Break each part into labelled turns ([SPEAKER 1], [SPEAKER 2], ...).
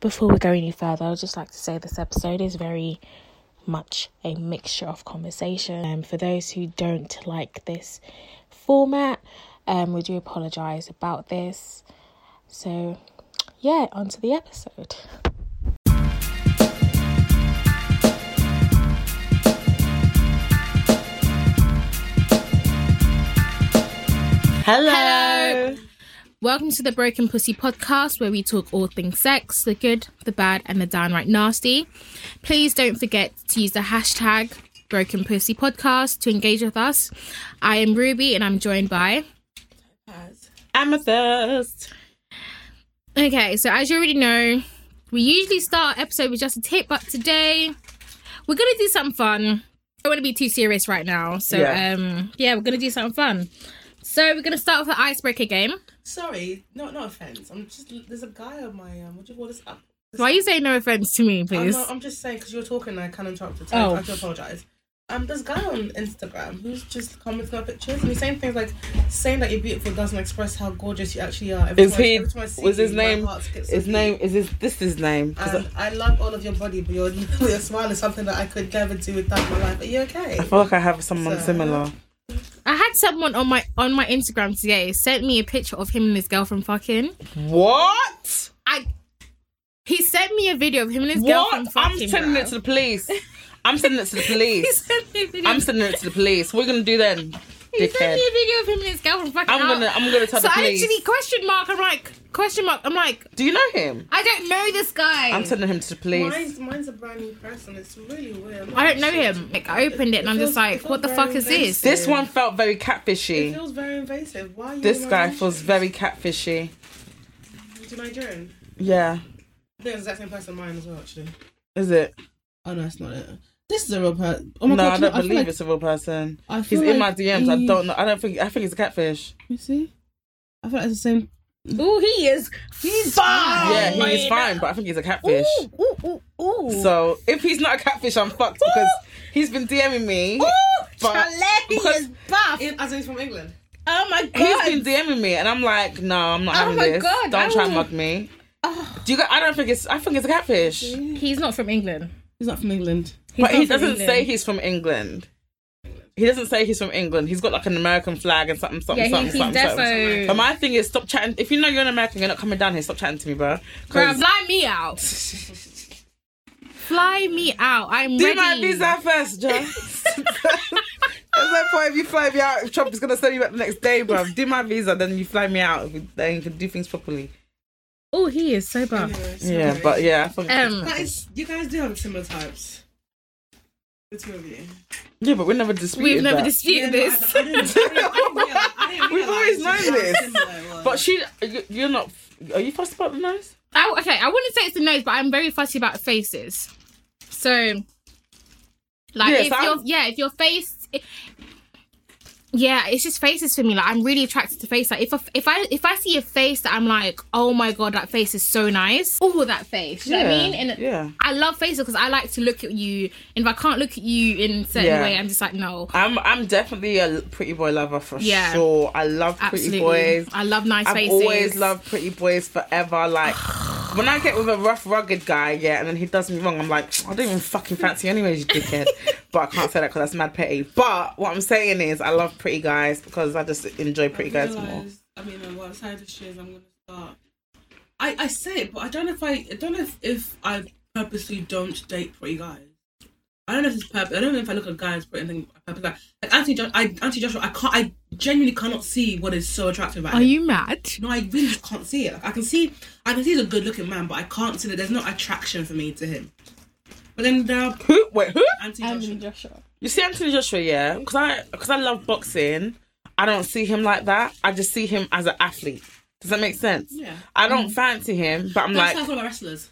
[SPEAKER 1] Before we go any further, I would just like to say this episode is very much a mixture of conversation. Um, for those who don't like this format, um, we do apologise about this. So, yeah, on to the episode.
[SPEAKER 2] Hello.
[SPEAKER 1] Welcome to the Broken Pussy podcast, where we talk all things sex the good, the bad, and the downright nasty. Please don't forget to use the hashtag Broken Pussy Podcast to engage with us. I am Ruby and I'm joined by.
[SPEAKER 2] Amethyst.
[SPEAKER 1] Okay, so as you already know, we usually start our episode with just a tip, but today we're going to do something fun. don't want to be too serious right now. So,
[SPEAKER 2] Yeah.
[SPEAKER 1] um, yeah, we're going to do something fun. So, we're going to start with the icebreaker game.
[SPEAKER 3] Sorry, no, no offense. I'm just there's a guy on my um. What do you call this? Up.
[SPEAKER 1] Why are you saying no offense to
[SPEAKER 2] Oh,
[SPEAKER 1] me,
[SPEAKER 3] I'm,
[SPEAKER 1] please?
[SPEAKER 3] not, I'm just saying because you were talking, and I kind of interrupted. So
[SPEAKER 1] Oh.
[SPEAKER 3] I do apologize. Um, there's a guy on Instagram who's just commenting on pictures and he's saying things like saying that you're beautiful doesn't express how gorgeous you actually are. Every
[SPEAKER 2] Is
[SPEAKER 3] time I-
[SPEAKER 2] he-
[SPEAKER 3] every time I see
[SPEAKER 2] was his
[SPEAKER 3] you, Um, my
[SPEAKER 2] name-
[SPEAKER 3] heart skips a
[SPEAKER 2] His
[SPEAKER 3] beat.
[SPEAKER 2] name is his. This is his name. 'cause
[SPEAKER 3] And I love all of your body, but your, your smile is something that I could never do without my life. Are you okay?
[SPEAKER 2] I feel like I have someone
[SPEAKER 3] So-
[SPEAKER 2] similar.
[SPEAKER 1] I had someone on my on my Instagram today sent me a picture of him and his girlfriend fucking.
[SPEAKER 2] What?
[SPEAKER 1] I he sent me a video of him and his
[SPEAKER 2] What?
[SPEAKER 1] girlfriend
[SPEAKER 2] I'm
[SPEAKER 1] fucking.
[SPEAKER 2] sending
[SPEAKER 1] bro.
[SPEAKER 2] it to the police. I'm sending it to the
[SPEAKER 1] He
[SPEAKER 2] police.
[SPEAKER 1] sent me a video.
[SPEAKER 2] I'm sending it to the police. What are you gonna do then,
[SPEAKER 1] he sent
[SPEAKER 2] dickhead?
[SPEAKER 1] me a video of him and his girlfriend fucking.
[SPEAKER 2] I'm gonna,
[SPEAKER 1] out.
[SPEAKER 2] I'm gonna tell
[SPEAKER 1] so
[SPEAKER 2] the
[SPEAKER 1] I
[SPEAKER 2] police.
[SPEAKER 1] literally question mark. I'm like question mark. I'm like
[SPEAKER 2] Do you know him?
[SPEAKER 1] I don't know this guy.
[SPEAKER 2] I'm sending him to the police.
[SPEAKER 3] Mine's, mine's a brand new person. It's really weird.
[SPEAKER 1] I don't know him. Like I opened it and I'm
[SPEAKER 3] It
[SPEAKER 1] just
[SPEAKER 3] feels- it
[SPEAKER 1] like,
[SPEAKER 3] feels
[SPEAKER 1] what the
[SPEAKER 3] very
[SPEAKER 1] fuck is this?
[SPEAKER 3] invasive.
[SPEAKER 2] This one felt very
[SPEAKER 3] It
[SPEAKER 2] catfishy.
[SPEAKER 3] feels very invasive. Why are you?
[SPEAKER 2] This
[SPEAKER 3] in my
[SPEAKER 2] guy
[SPEAKER 3] relationship?
[SPEAKER 2] feels very catfishy.
[SPEAKER 3] Do you Nigerian?
[SPEAKER 2] Yeah,
[SPEAKER 3] The exact same person mine as well, actually.
[SPEAKER 2] is it?
[SPEAKER 3] Oh no, it's not it. This is a real person. Oh my
[SPEAKER 2] No,
[SPEAKER 3] god,
[SPEAKER 2] I
[SPEAKER 3] you know,
[SPEAKER 2] don't
[SPEAKER 3] feel
[SPEAKER 2] believe
[SPEAKER 3] like-
[SPEAKER 2] it's a real person.
[SPEAKER 3] I
[SPEAKER 2] He's
[SPEAKER 3] feel
[SPEAKER 2] in my
[SPEAKER 3] like
[SPEAKER 2] DMs. I
[SPEAKER 3] he-
[SPEAKER 2] don't know. I don't think. I think it's a catfish.
[SPEAKER 3] You see, I feel like it's the same.
[SPEAKER 1] Ooh, he is. He's fine.
[SPEAKER 2] Yeah, he's fine, but I think he's a catfish.
[SPEAKER 1] Ooh, ooh, ooh, ooh.
[SPEAKER 2] So if he's not a catfish, I'm fucked because he's been DMing me. But-
[SPEAKER 1] Charlie is buff.
[SPEAKER 3] In, as in he's from England.
[SPEAKER 1] Oh my
[SPEAKER 2] He's
[SPEAKER 1] god.
[SPEAKER 2] been DMing me, and I'm like, no, I'm not
[SPEAKER 1] Oh
[SPEAKER 2] having
[SPEAKER 1] my
[SPEAKER 2] this.
[SPEAKER 1] God, Oh.
[SPEAKER 2] don't
[SPEAKER 1] I
[SPEAKER 2] try and
[SPEAKER 1] will-
[SPEAKER 2] mug me. Do you? Go- I don't think it's. I think it's a catfish.
[SPEAKER 1] He's not from England.
[SPEAKER 3] He's not from England.
[SPEAKER 2] But
[SPEAKER 1] not
[SPEAKER 2] he
[SPEAKER 1] from
[SPEAKER 2] doesn't
[SPEAKER 1] England.
[SPEAKER 2] say he's from England. He doesn't say he's from England. He's got like an American flag and something, something,
[SPEAKER 1] Yeah, he,
[SPEAKER 2] something,
[SPEAKER 1] he's
[SPEAKER 2] something, something. But
[SPEAKER 1] defo.
[SPEAKER 2] my thing is, stop chatting. If you know you're an American, you're not coming down here. Stop chatting to me, bro. 'Cause-
[SPEAKER 1] Bro, fly me out. fly me out. I'm
[SPEAKER 2] Do
[SPEAKER 1] ready.
[SPEAKER 2] my visa first, John. There's no point if you fly me out. Trump is gonna send you back the next day, bruv. Do my visa, then you fly me out. Then you can do things properly.
[SPEAKER 1] Oh, he is so buff.
[SPEAKER 2] Yeah, but yeah, I think,
[SPEAKER 1] Um,
[SPEAKER 3] That is, you guys do have similar types. The two of you.
[SPEAKER 2] yeah, but we never disputed
[SPEAKER 1] we've never
[SPEAKER 2] that.
[SPEAKER 1] disputed
[SPEAKER 3] Yeah,
[SPEAKER 1] this.
[SPEAKER 3] no, I- I didn't- I didn't- I didn't realize- I didn't
[SPEAKER 2] We've always
[SPEAKER 3] realize
[SPEAKER 2] known
[SPEAKER 3] how
[SPEAKER 2] this.
[SPEAKER 3] similar it was.
[SPEAKER 2] but she, you- you're not. Are you fussed about the nose?
[SPEAKER 1] I, okay, I wouldn't say it's the nose, but I'm very fussy about faces. So, like,
[SPEAKER 2] Yes,
[SPEAKER 1] if
[SPEAKER 2] I'm-
[SPEAKER 1] your yeah, if your face, i- yeah, it's just faces for me. Like, I'm really attracted to face. Like, if I, if I if I see a face that I'm like, oh my god, that face is so nice. Oh, that face. You know what I mean? And
[SPEAKER 2] yeah.
[SPEAKER 1] I love faces because I like to look at you, and if I can't look at you in a certain
[SPEAKER 2] Yeah.
[SPEAKER 1] way, I'm just like, no,
[SPEAKER 2] I'm I'm definitely a pretty boy lover for
[SPEAKER 1] Yeah.
[SPEAKER 2] sure. I love
[SPEAKER 1] absolutely.
[SPEAKER 2] pretty boys.
[SPEAKER 1] I love nice
[SPEAKER 2] I've
[SPEAKER 1] faces.
[SPEAKER 2] always loved pretty boys forever. Like when I get with a rough, rugged guy, yeah, and then he does me wrong, I'm like, I don't even fucking fancy you anyways, you dickhead. but I can't say that because that's mad petty. But what I'm saying is, I love pretty guys because I just enjoy pretty guys more.
[SPEAKER 3] realised- I mean, uh, what side of she is, I'm gonna start. I, I say it, but I don't know if I, I don't know if, if I purposely don't date pretty guys. I don't know if it's purpose. I don't know if I look at guys pretty and think I purpose like, like Anthony, jo- I, Anthony Joshua. I can't. I genuinely cannot see what is so attractive about
[SPEAKER 1] Are
[SPEAKER 3] him.
[SPEAKER 1] you mad?
[SPEAKER 3] No, I really just can't see it. Like, I can see, I can see he's a good-looking man, but I can't see that there's no attraction for me to him. But then there are
[SPEAKER 2] Who? Wait, who?
[SPEAKER 3] Anthony Joshua.
[SPEAKER 1] Joshua.
[SPEAKER 2] You see Anthony Joshua, yeah? Because I because I love boxing. I don't see him like that. I just see him as an athlete. Does that make sense?
[SPEAKER 3] Yeah. Mm.
[SPEAKER 2] I don't fancy him, but I'm
[SPEAKER 3] That's
[SPEAKER 2] like,
[SPEAKER 3] how I feel about wrestlers.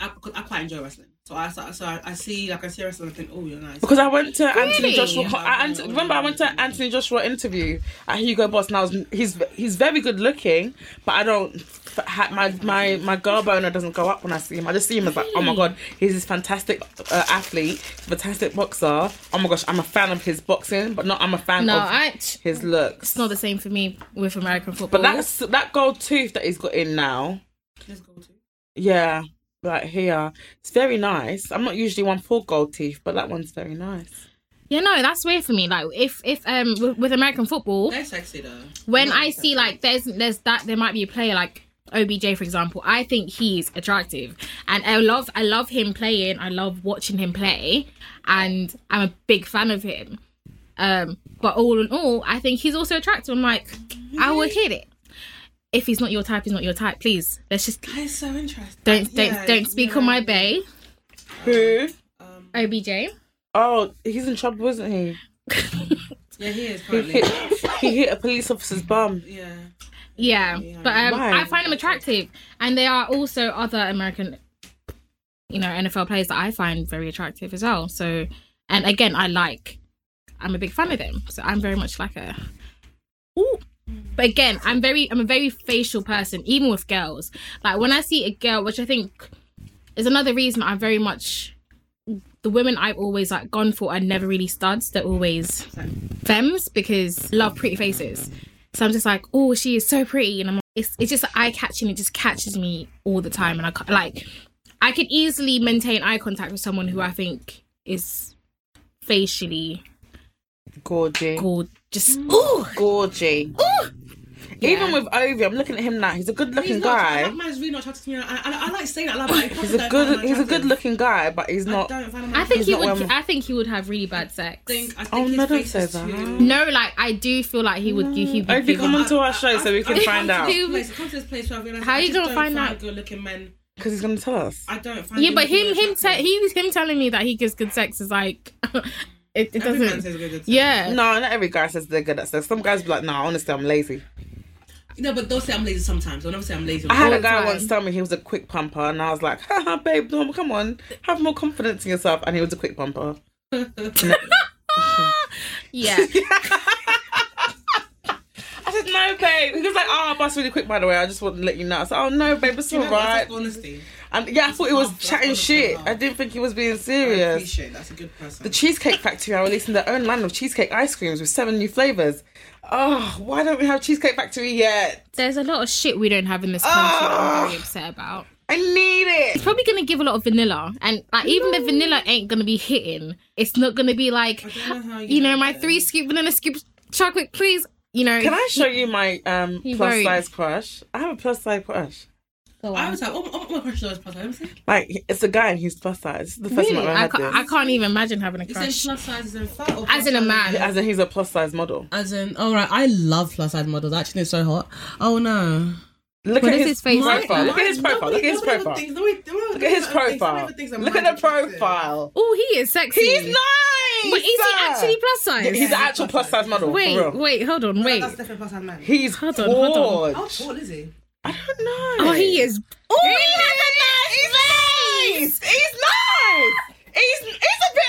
[SPEAKER 3] I, 'cause I quite enjoy wrestling, so I so, I- so I, I see like I see wrestling, I think, oh, you're nice.
[SPEAKER 2] Because I went to Anthony
[SPEAKER 1] Really?
[SPEAKER 2] Joshua. I, Ant- remember, I went to Anthony Joshua interview at Hugo Boss, and I was he's he's very good looking, but I don't f- ha- my my my girl boner doesn't go up when I see him. I just see him as like, oh my god, he's this fantastic uh, athlete, fantastic boxer. Oh my gosh, I'm a fan of his boxing, but not I'm a fan
[SPEAKER 1] No,
[SPEAKER 2] of
[SPEAKER 1] I.
[SPEAKER 2] his looks.
[SPEAKER 1] It's not the same for me with American football.
[SPEAKER 2] But that's that gold tooth that he's got in now.
[SPEAKER 3] Let's go to.
[SPEAKER 2] Yeah, like here. It's very nice. I'm not usually one for gold teeth, but that one's very nice.
[SPEAKER 4] Yeah, no, that's weird for me. Like, if if um with, with American football,
[SPEAKER 3] They're sexy though.
[SPEAKER 4] when I see like there's there's that there might be a player like OBJ for example, I think he's attractive, and I love I love him playing. I love watching him play, and I'm a big fan of him. Um, but all in all, I think he's also attractive. I'm like, I will hit it. If he's not your type, he's not your type. Please, let's just
[SPEAKER 3] That is so interesting.
[SPEAKER 4] don't don't
[SPEAKER 3] Uh, Yeah,
[SPEAKER 4] don't speak
[SPEAKER 3] yeah.
[SPEAKER 4] on my bay,
[SPEAKER 2] Who?
[SPEAKER 3] Um,
[SPEAKER 4] OBJ.
[SPEAKER 2] Oh, he's in trouble, isn't he?
[SPEAKER 3] yeah, he is
[SPEAKER 2] He
[SPEAKER 3] currently.
[SPEAKER 2] hit, he hit a police officer's bum.
[SPEAKER 3] yeah.
[SPEAKER 4] Yeah,
[SPEAKER 3] Yeah.
[SPEAKER 4] but um,
[SPEAKER 2] Why?
[SPEAKER 4] I find them attractive, and there are also other American, you know, NFL players that I find very attractive as well. So, and again, I like, I'm a big fan of them, so I'm very much like a, ooh. But again, I'm very, I'm a very facial person, even with girls. Like when I see a girl, which I think is another reason I'm very much. The women I've always like gone for are never really studs. They're always femmes because love pretty faces. So I'm just like, oh, she is so pretty, and I'm it's it's just eye catching. It just catches me all the time, and I ca- like I could easily maintain eye contact with someone who I think is facially
[SPEAKER 2] Gorgy.
[SPEAKER 4] called just ooh
[SPEAKER 2] Gorgy. Even with Ovi, I'm looking at him now. He's a good looking
[SPEAKER 3] He's not,
[SPEAKER 2] guy.
[SPEAKER 3] That man's really not attracted to me. I, I, I like saying that out loud, but I probably
[SPEAKER 2] He's a
[SPEAKER 3] don't
[SPEAKER 2] good
[SPEAKER 3] find him
[SPEAKER 2] he's a good
[SPEAKER 3] attractive.
[SPEAKER 2] looking guy, but he's not
[SPEAKER 3] I, don't find him
[SPEAKER 4] I think
[SPEAKER 2] He's
[SPEAKER 4] he
[SPEAKER 2] not
[SPEAKER 4] would.
[SPEAKER 2] one-
[SPEAKER 4] I think he would have really bad sex.
[SPEAKER 3] think I think
[SPEAKER 2] Oh,
[SPEAKER 3] his
[SPEAKER 2] no, don't
[SPEAKER 3] face
[SPEAKER 2] say
[SPEAKER 3] is
[SPEAKER 2] that.
[SPEAKER 3] too.
[SPEAKER 4] no, like I do feel like he would. He would.
[SPEAKER 2] Ovi,
[SPEAKER 4] give
[SPEAKER 2] come
[SPEAKER 4] him-
[SPEAKER 2] on to our show so we can
[SPEAKER 3] I've
[SPEAKER 2] find
[SPEAKER 3] come
[SPEAKER 2] out.
[SPEAKER 3] to this place- I've come to this place where I realised
[SPEAKER 4] How
[SPEAKER 3] I
[SPEAKER 4] you
[SPEAKER 3] just
[SPEAKER 4] gonna
[SPEAKER 3] don't
[SPEAKER 4] find out?
[SPEAKER 3] Good looking men.
[SPEAKER 2] Because he's gonna tell us.
[SPEAKER 3] I don't find.
[SPEAKER 4] yeah, but him,
[SPEAKER 3] looking
[SPEAKER 4] him, te-
[SPEAKER 3] attractive.
[SPEAKER 4] he, him telling me that he gives good sex is like it, it
[SPEAKER 3] Every man
[SPEAKER 4] doesn't.
[SPEAKER 3] says good, good sex.
[SPEAKER 4] Yeah.
[SPEAKER 2] No, not every guy says they're good at sex. Some guys be like, no, honestly, I'm lazy.
[SPEAKER 3] No, but they'll say I'm lazy sometimes. They'll never say I'm lazy.
[SPEAKER 2] I had
[SPEAKER 4] All
[SPEAKER 2] a
[SPEAKER 4] the
[SPEAKER 2] guy
[SPEAKER 4] time.
[SPEAKER 2] once tell me he was a quick pumper, and I was like, haha, babe, no, come on, have more confidence in yourself. And he was a quick pumper.
[SPEAKER 4] Yeah.
[SPEAKER 2] I said, no, babe. He was like, oh, I bust really quick, by the way. I just wanted to let you know. I said, oh, no, babe, it's all
[SPEAKER 3] You know what,
[SPEAKER 2] right.
[SPEAKER 3] that's Honesty.
[SPEAKER 2] And yeah, I thought he was
[SPEAKER 3] That's
[SPEAKER 2] chatting
[SPEAKER 3] honestly
[SPEAKER 2] shit.
[SPEAKER 3] hard.
[SPEAKER 2] I didn't think he was being
[SPEAKER 3] I
[SPEAKER 2] serious.
[SPEAKER 3] appreciate that's a good person.
[SPEAKER 2] The Cheesecake Factory are releasing their own line of cheesecake ice creams with seven new flavours. Oh, why don't we have Cheesecake Factory yet?
[SPEAKER 4] There's a lot of shit we don't have in this country that I'm
[SPEAKER 2] Ah.
[SPEAKER 4] very upset about.
[SPEAKER 2] I need it.
[SPEAKER 4] It's probably gonna give a lot of vanilla, and like, even the vanilla ain't gonna be hitting. It's not gonna be like,
[SPEAKER 3] don't know how you
[SPEAKER 4] you know,
[SPEAKER 3] like
[SPEAKER 4] my
[SPEAKER 3] it.
[SPEAKER 4] three scoop vanilla scoop chocolate, please. You know,
[SPEAKER 2] Can I show you my um,
[SPEAKER 4] He
[SPEAKER 2] plus
[SPEAKER 4] worried.
[SPEAKER 2] size crush? I have a plus size crush.
[SPEAKER 4] Go
[SPEAKER 3] I
[SPEAKER 4] on.
[SPEAKER 3] was like, oh, oh my gosh, those plus size.
[SPEAKER 2] Like it's a guy and he's plus size. This is the first
[SPEAKER 4] Really?
[SPEAKER 2] time I've
[SPEAKER 4] I,
[SPEAKER 2] ever
[SPEAKER 4] ca-
[SPEAKER 2] had
[SPEAKER 4] I
[SPEAKER 2] this.
[SPEAKER 4] can't even imagine having a
[SPEAKER 3] You said
[SPEAKER 4] crush.
[SPEAKER 3] plus size as in fat or
[SPEAKER 4] As in a
[SPEAKER 3] plus size
[SPEAKER 4] man.
[SPEAKER 2] As in he's a plus size model.
[SPEAKER 3] As in, all right, I love plus size models. Actually, it's so hot. Oh no.
[SPEAKER 2] Look
[SPEAKER 4] What
[SPEAKER 2] at
[SPEAKER 4] is
[SPEAKER 2] his,
[SPEAKER 4] his face like?
[SPEAKER 2] profile. Look at his profile. Look at his profile. Look at his profile. Look at the profile.
[SPEAKER 4] Oh, he is sexy.
[SPEAKER 2] He's nice.
[SPEAKER 4] But is he
[SPEAKER 2] sir.
[SPEAKER 4] actually plus size?
[SPEAKER 2] He's an actual plus size model. for
[SPEAKER 4] Wait,
[SPEAKER 2] real.
[SPEAKER 4] wait, hold on, wait.
[SPEAKER 3] That's definitely plus size man.
[SPEAKER 2] He's
[SPEAKER 4] Hold on,
[SPEAKER 2] tall.
[SPEAKER 4] hold
[SPEAKER 3] How tall is he?
[SPEAKER 2] I don't know.
[SPEAKER 4] Oh, he is. Oh, he has a nice
[SPEAKER 2] He's nice. He's he's a bit.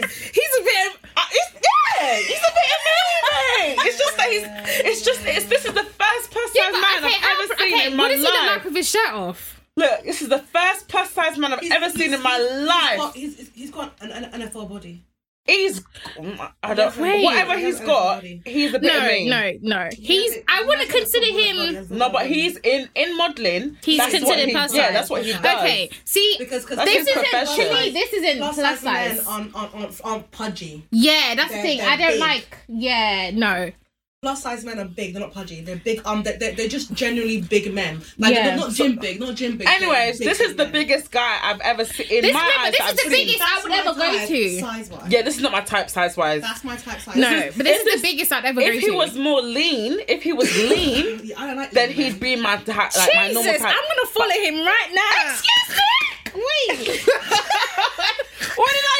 [SPEAKER 2] He's nice.
[SPEAKER 4] He's a bit. of-
[SPEAKER 2] Uh, it's, yeah, he's a bit amazing. It's just that he's. It's just. It's this is the first plus size
[SPEAKER 4] Yeah, but
[SPEAKER 2] man
[SPEAKER 4] okay,
[SPEAKER 2] I've ever
[SPEAKER 4] Alfred-
[SPEAKER 2] seen
[SPEAKER 4] okay,
[SPEAKER 2] in
[SPEAKER 4] what
[SPEAKER 2] my
[SPEAKER 4] does he look
[SPEAKER 2] life.
[SPEAKER 4] like with his shirt off?
[SPEAKER 2] Look, this is the first plus size man I've ever seen in my life.
[SPEAKER 3] He's, he's, he's got an, an NFL body.
[SPEAKER 2] He's, I don't,
[SPEAKER 4] Wait.
[SPEAKER 2] whatever he's got, he's a bit
[SPEAKER 4] No,
[SPEAKER 2] of me.
[SPEAKER 4] no, no. He's. I wouldn't consider him.
[SPEAKER 2] No, but he's in in modeling.
[SPEAKER 4] He's
[SPEAKER 2] that's what
[SPEAKER 4] considered
[SPEAKER 2] he-
[SPEAKER 4] plus
[SPEAKER 2] Yeah,
[SPEAKER 4] size.
[SPEAKER 2] that's what he does.
[SPEAKER 4] Okay. See,
[SPEAKER 3] Because cause
[SPEAKER 2] That's
[SPEAKER 4] this
[SPEAKER 2] his
[SPEAKER 4] isn't
[SPEAKER 2] profession.
[SPEAKER 4] to me. This isn't plus,
[SPEAKER 3] plus size
[SPEAKER 4] size.
[SPEAKER 3] men on on on aren't pudgy.
[SPEAKER 4] Yeah, that's the
[SPEAKER 3] They're-
[SPEAKER 4] thing.
[SPEAKER 3] they're
[SPEAKER 4] I don't
[SPEAKER 3] big.
[SPEAKER 4] like. Yeah, no.
[SPEAKER 3] Plus size men are big. They're not pudgy. They're big. Um, they're, they're, they're just generally big men. Like
[SPEAKER 4] Yeah.
[SPEAKER 3] they're not gym big. Not gym big. they're
[SPEAKER 2] Anyways,
[SPEAKER 3] big
[SPEAKER 2] this is the
[SPEAKER 3] men.
[SPEAKER 2] biggest guy I've ever seen in
[SPEAKER 4] This-
[SPEAKER 2] my
[SPEAKER 4] no, but
[SPEAKER 2] eyes.
[SPEAKER 4] this
[SPEAKER 2] that
[SPEAKER 4] is
[SPEAKER 2] I've
[SPEAKER 4] the
[SPEAKER 2] seen.
[SPEAKER 4] biggest- I would
[SPEAKER 3] my
[SPEAKER 4] ever go
[SPEAKER 3] type,
[SPEAKER 4] to.
[SPEAKER 3] Size-wise.
[SPEAKER 2] Yeah, this is not my type size wise.
[SPEAKER 3] That's my type size.
[SPEAKER 4] No, but this
[SPEAKER 2] if
[SPEAKER 4] is
[SPEAKER 2] this-
[SPEAKER 4] the biggest I've ever
[SPEAKER 2] If
[SPEAKER 4] go
[SPEAKER 2] he
[SPEAKER 4] to.
[SPEAKER 2] was more lean, if he was lean,
[SPEAKER 3] Yeah, I don't like
[SPEAKER 2] then
[SPEAKER 3] lean men.
[SPEAKER 2] he'd be my ti- like my normal
[SPEAKER 4] Jesus, I'm
[SPEAKER 2] type.
[SPEAKER 4] gonna follow him right now. Excuse me. Wait.
[SPEAKER 2] What did I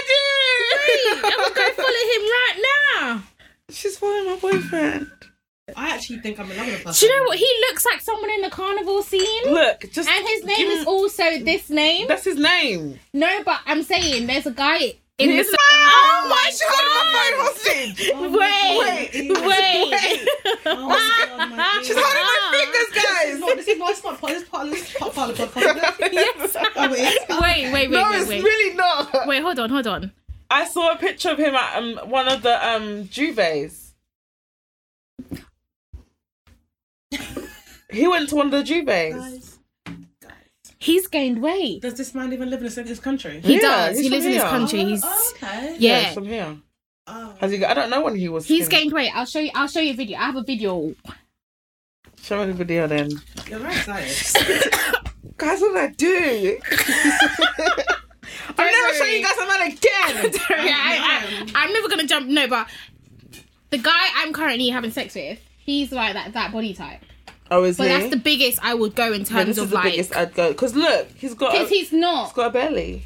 [SPEAKER 4] I'm gonna go follow him right now.
[SPEAKER 2] do? She's following my boyfriend.
[SPEAKER 3] I actually think I'm in love with a plus
[SPEAKER 4] Do you
[SPEAKER 3] size
[SPEAKER 4] know what? He looks like someone in the carnival scene.
[SPEAKER 2] Look, just
[SPEAKER 4] And his
[SPEAKER 2] give
[SPEAKER 4] name
[SPEAKER 2] me-
[SPEAKER 4] is also this name.
[SPEAKER 2] That's his name.
[SPEAKER 4] No, but I'm saying there's a guy in
[SPEAKER 2] His
[SPEAKER 4] this.
[SPEAKER 2] Oh my she got my phone hostage.
[SPEAKER 3] man.
[SPEAKER 4] Wait,
[SPEAKER 3] Wait,
[SPEAKER 4] wait.
[SPEAKER 3] Oh my God, my
[SPEAKER 2] She's
[SPEAKER 3] ears.
[SPEAKER 2] holding my fingers,
[SPEAKER 3] No, this is not, it's not part, this is part of this part of the podcast.
[SPEAKER 2] guys.
[SPEAKER 3] Oh, wait, it's-
[SPEAKER 4] Wait, wait, wait,
[SPEAKER 2] No,
[SPEAKER 4] wait,
[SPEAKER 2] it's
[SPEAKER 4] wait.
[SPEAKER 2] really not.
[SPEAKER 4] Wait, hold on, hold on.
[SPEAKER 2] I saw a picture of him at um, one of the um, duvets. He went to one of the duvets.
[SPEAKER 3] Guys, guys,
[SPEAKER 4] He's gained weight.
[SPEAKER 3] Does this man even live in the same- this country?
[SPEAKER 4] He
[SPEAKER 2] Yeah,
[SPEAKER 4] does.
[SPEAKER 2] he's
[SPEAKER 4] He lives
[SPEAKER 2] from
[SPEAKER 4] in his
[SPEAKER 2] here.
[SPEAKER 4] country. He's
[SPEAKER 3] Oh, okay.
[SPEAKER 4] yeah.
[SPEAKER 2] From here.
[SPEAKER 3] Oh.
[SPEAKER 2] Has he got, I don't know when he was.
[SPEAKER 4] He's
[SPEAKER 2] skinny.
[SPEAKER 4] gained weight. I'll show you. I'll show you a video. I have a video.
[SPEAKER 2] Show me the video then.
[SPEAKER 3] You're very excited.
[SPEAKER 2] Guys, what did I do? I'll never show you guys a man again.
[SPEAKER 4] yeah, I, I, I'm never gonna jump. No, but the guy I'm currently having sex with, he's like that that body type.
[SPEAKER 2] Oh, is
[SPEAKER 4] But
[SPEAKER 2] he?
[SPEAKER 4] that's the biggest I would go in
[SPEAKER 2] yeah,
[SPEAKER 4] terms
[SPEAKER 2] this is
[SPEAKER 4] of
[SPEAKER 2] the
[SPEAKER 4] like
[SPEAKER 2] biggest I'd go. Because look, he's got, a,
[SPEAKER 4] because he's
[SPEAKER 2] he's
[SPEAKER 4] not.
[SPEAKER 2] got a belly.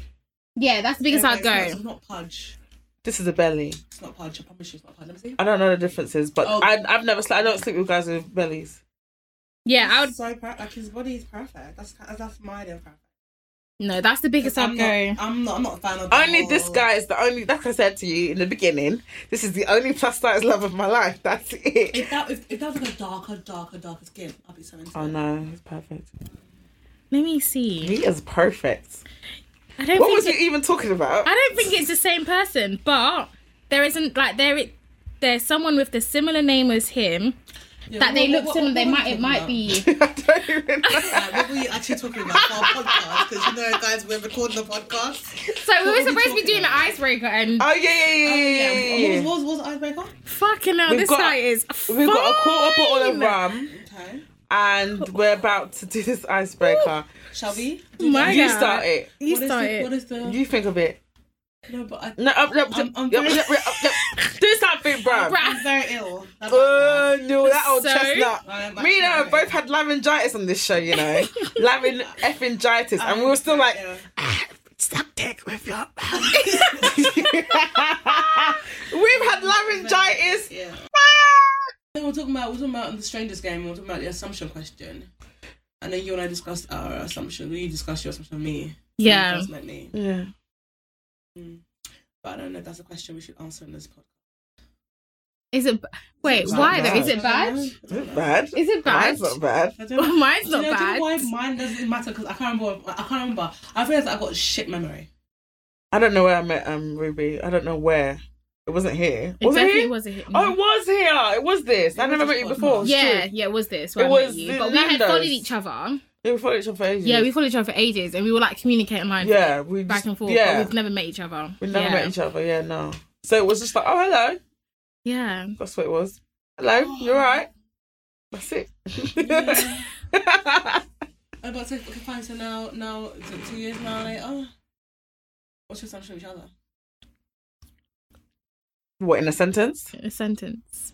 [SPEAKER 4] Yeah, that's the biggest
[SPEAKER 3] Wait,
[SPEAKER 4] I'd
[SPEAKER 3] wait, it's not-
[SPEAKER 4] go.
[SPEAKER 3] It's not Pudge.
[SPEAKER 2] This is a belly.
[SPEAKER 3] It's not Pudge. I promise you, it's not Pudge. Let me see.
[SPEAKER 2] I don't know the differences, but
[SPEAKER 3] Oh.
[SPEAKER 2] I, I've never. Sl- I don't sleep with guys with bellies.
[SPEAKER 4] Yeah, I would.
[SPEAKER 3] So per- like his body is perfect. That's that's my idea of perfect.
[SPEAKER 4] No, that's the biggest I'd
[SPEAKER 3] I'm
[SPEAKER 4] go.
[SPEAKER 3] not, I'm not. I'm not a fan of. the
[SPEAKER 2] Only this
[SPEAKER 3] whole-
[SPEAKER 2] guy is the only. Like I said to you in the beginning, this is the only plus size love of my life. That's it.
[SPEAKER 3] If that if, if that was like a darker, darker, darker skin, I'd be so into
[SPEAKER 2] Oh
[SPEAKER 3] it.
[SPEAKER 2] no, he's perfect.
[SPEAKER 4] Let me see.
[SPEAKER 2] He is perfect.
[SPEAKER 4] I don't
[SPEAKER 2] What
[SPEAKER 4] think
[SPEAKER 2] was
[SPEAKER 4] it,
[SPEAKER 2] you even talking about?
[SPEAKER 4] I don't think it's the same person, but there isn't like there it there's someone with the similar name as him
[SPEAKER 3] Yeah,
[SPEAKER 4] that
[SPEAKER 3] what-
[SPEAKER 4] they
[SPEAKER 3] what-
[SPEAKER 4] look
[SPEAKER 3] what-
[SPEAKER 4] similar.
[SPEAKER 3] what
[SPEAKER 4] they
[SPEAKER 3] were
[SPEAKER 4] might
[SPEAKER 3] you
[SPEAKER 4] it
[SPEAKER 3] talking
[SPEAKER 4] might
[SPEAKER 3] about?
[SPEAKER 4] be.
[SPEAKER 2] I don't even know.
[SPEAKER 3] Uh, what were you actually talking about for our podcast? Because you know, guys, we're recording the podcast.
[SPEAKER 4] So we
[SPEAKER 3] What
[SPEAKER 4] were
[SPEAKER 3] were we
[SPEAKER 4] supposed to be
[SPEAKER 3] talking
[SPEAKER 4] doing an icebreaker and
[SPEAKER 2] Oh yeah, yeah, yeah, yeah, yeah, yeah, yeah.
[SPEAKER 3] What was what was, what was icebreaker?
[SPEAKER 4] fucking hell,
[SPEAKER 2] We've
[SPEAKER 4] this
[SPEAKER 2] got-
[SPEAKER 4] guy is.
[SPEAKER 2] We've got a quarter bottle of
[SPEAKER 4] fine.
[SPEAKER 2] rum,
[SPEAKER 3] Okay,
[SPEAKER 2] and we're about to do this icebreaker.
[SPEAKER 3] shall we?
[SPEAKER 4] My
[SPEAKER 2] you
[SPEAKER 4] God.
[SPEAKER 2] start it.
[SPEAKER 4] You
[SPEAKER 3] What is
[SPEAKER 4] start
[SPEAKER 3] the,
[SPEAKER 4] it.
[SPEAKER 3] What is the?
[SPEAKER 2] You think of it.
[SPEAKER 3] No, but I,
[SPEAKER 2] No, up, up, up,
[SPEAKER 3] I'm-
[SPEAKER 2] up,
[SPEAKER 3] I'm
[SPEAKER 2] up,
[SPEAKER 3] very-
[SPEAKER 2] up, up, up. do something, bro.
[SPEAKER 4] Bruh.
[SPEAKER 3] I'm very ill. That's what
[SPEAKER 2] Oh no, that old
[SPEAKER 4] So?
[SPEAKER 2] chestnut.
[SPEAKER 3] I'm
[SPEAKER 2] Me and her
[SPEAKER 3] actually-
[SPEAKER 2] both had laryngitis on this show, you know, Laryng effingitis,
[SPEAKER 3] I'm
[SPEAKER 2] and we were still
[SPEAKER 3] very
[SPEAKER 2] like,
[SPEAKER 3] ill.
[SPEAKER 2] suck dick with your mouth. We've had laryngitis.
[SPEAKER 3] Yeah. So we're talking about we're talking about the strangers game. We're talking about the assumption question, and then you and I discussed our assumption. You discussed your assumption of me.
[SPEAKER 4] Yeah.
[SPEAKER 3] You met me.
[SPEAKER 2] Yeah.
[SPEAKER 3] Hmm. But I don't know if that's a question we should answer in this podcast.
[SPEAKER 4] Is it? b- Wait,
[SPEAKER 2] It's
[SPEAKER 4] why
[SPEAKER 2] not
[SPEAKER 4] though? Is it bad?
[SPEAKER 3] I don't know.
[SPEAKER 2] Bad.
[SPEAKER 4] Is it bad?
[SPEAKER 2] Mine's not bad.
[SPEAKER 3] I don't know.
[SPEAKER 4] Mine's
[SPEAKER 3] Do you know-
[SPEAKER 4] not
[SPEAKER 3] do you know
[SPEAKER 4] bad.
[SPEAKER 3] Why mine doesn't matter because I can't remember. I can't remember. I've realized I got shit memory.
[SPEAKER 2] I don't know where I met um Ruby. I don't know where. It wasn't here.
[SPEAKER 4] It
[SPEAKER 2] Was it
[SPEAKER 4] definitely
[SPEAKER 2] here?
[SPEAKER 4] was a hit.
[SPEAKER 2] Oh, it was here. It was this. I
[SPEAKER 3] It
[SPEAKER 2] never
[SPEAKER 3] was
[SPEAKER 2] met you
[SPEAKER 3] this
[SPEAKER 2] before.
[SPEAKER 3] one.
[SPEAKER 2] It's
[SPEAKER 4] yeah,
[SPEAKER 2] true.
[SPEAKER 4] yeah, it was this. Where
[SPEAKER 2] It
[SPEAKER 4] I met
[SPEAKER 2] was
[SPEAKER 4] you.
[SPEAKER 2] the
[SPEAKER 4] But we had
[SPEAKER 2] Nando's.
[SPEAKER 4] followed each other.
[SPEAKER 2] We were following each other for ages.
[SPEAKER 4] Yeah, we followed each other for ages, and we were like communicating online,
[SPEAKER 2] Yeah, we
[SPEAKER 4] back
[SPEAKER 2] just-
[SPEAKER 4] and forth.
[SPEAKER 2] Yeah,
[SPEAKER 4] but we've never met each other.
[SPEAKER 2] we never
[SPEAKER 4] yeah.
[SPEAKER 2] met each other. Yeah, no. So it was just like, oh hello.
[SPEAKER 4] Yeah,
[SPEAKER 2] That's what it was. Hello, you alright? That's it.
[SPEAKER 3] I'm about to say, okay, fine. So now, now, is it two years now later, what's your assumption of each other?
[SPEAKER 2] what in a sentence?
[SPEAKER 4] a sentence.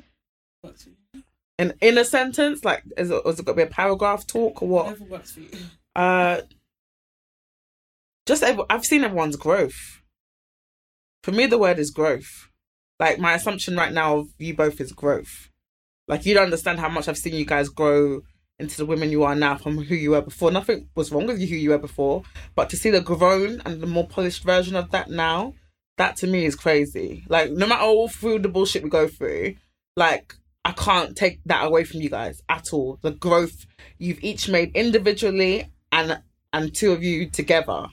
[SPEAKER 3] Works for you.
[SPEAKER 2] In in a sentence, like is it, was it got to be a paragraph talk or what?
[SPEAKER 3] Whatever works for you.
[SPEAKER 2] Uh, just ev- I've seen everyone's growth. For me, the word is growth. Like my assumption right now of you both is growth. Like you don't understand how much I've seen you guys grow into the women you are now from who you were before. Nothing was wrong with you who you were before, but to see the grown and the more polished version of that now, that to me is crazy. Like no matter all through the bullshit we go through, like I can't take that away from you guys at all. The growth you've each made individually and and two of you together,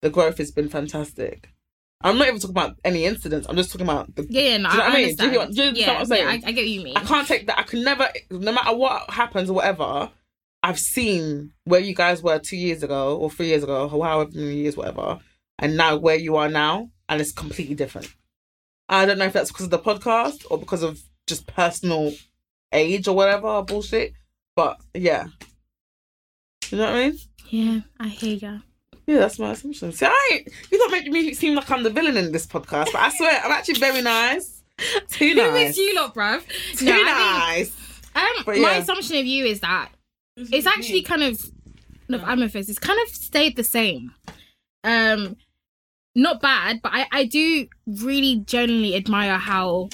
[SPEAKER 2] the growth has been fantastic. I'm not even talking about any incidents. I'm just talking about the.
[SPEAKER 4] Yeah, yeah, no,
[SPEAKER 2] Do you know
[SPEAKER 4] I,
[SPEAKER 2] what I mean? Do
[SPEAKER 4] understand.
[SPEAKER 2] you hear what- do you understand
[SPEAKER 4] yeah,
[SPEAKER 2] what I'm saying? Ah.
[SPEAKER 4] yeah, I, I get what you mean.
[SPEAKER 2] I can't take that. I can never, no matter what happens or whatever. I've seen where you guys were two years ago or three years ago, or however many years, whatever, and now where you are now, and it's completely different. I don't know if that's because of the podcast or because of just personal age or whatever or bullshit, but yeah. You know what I mean?
[SPEAKER 4] Yeah, I hear ya.
[SPEAKER 2] Yeah, that's my assumption. See, I ain't- you don't make me seem like I'm the villain in this podcast, but I swear I'm actually very nice. Too
[SPEAKER 4] Who is
[SPEAKER 2] nice.
[SPEAKER 4] you lot, bruv?
[SPEAKER 2] Too
[SPEAKER 4] No, I
[SPEAKER 2] nice.
[SPEAKER 4] think, um,
[SPEAKER 2] But
[SPEAKER 4] my
[SPEAKER 2] yeah.
[SPEAKER 4] assumption of you is that it's actually kind of no, I'm a fist. It's kind of stayed the same. Um, not bad, but I I do really genuinely admire how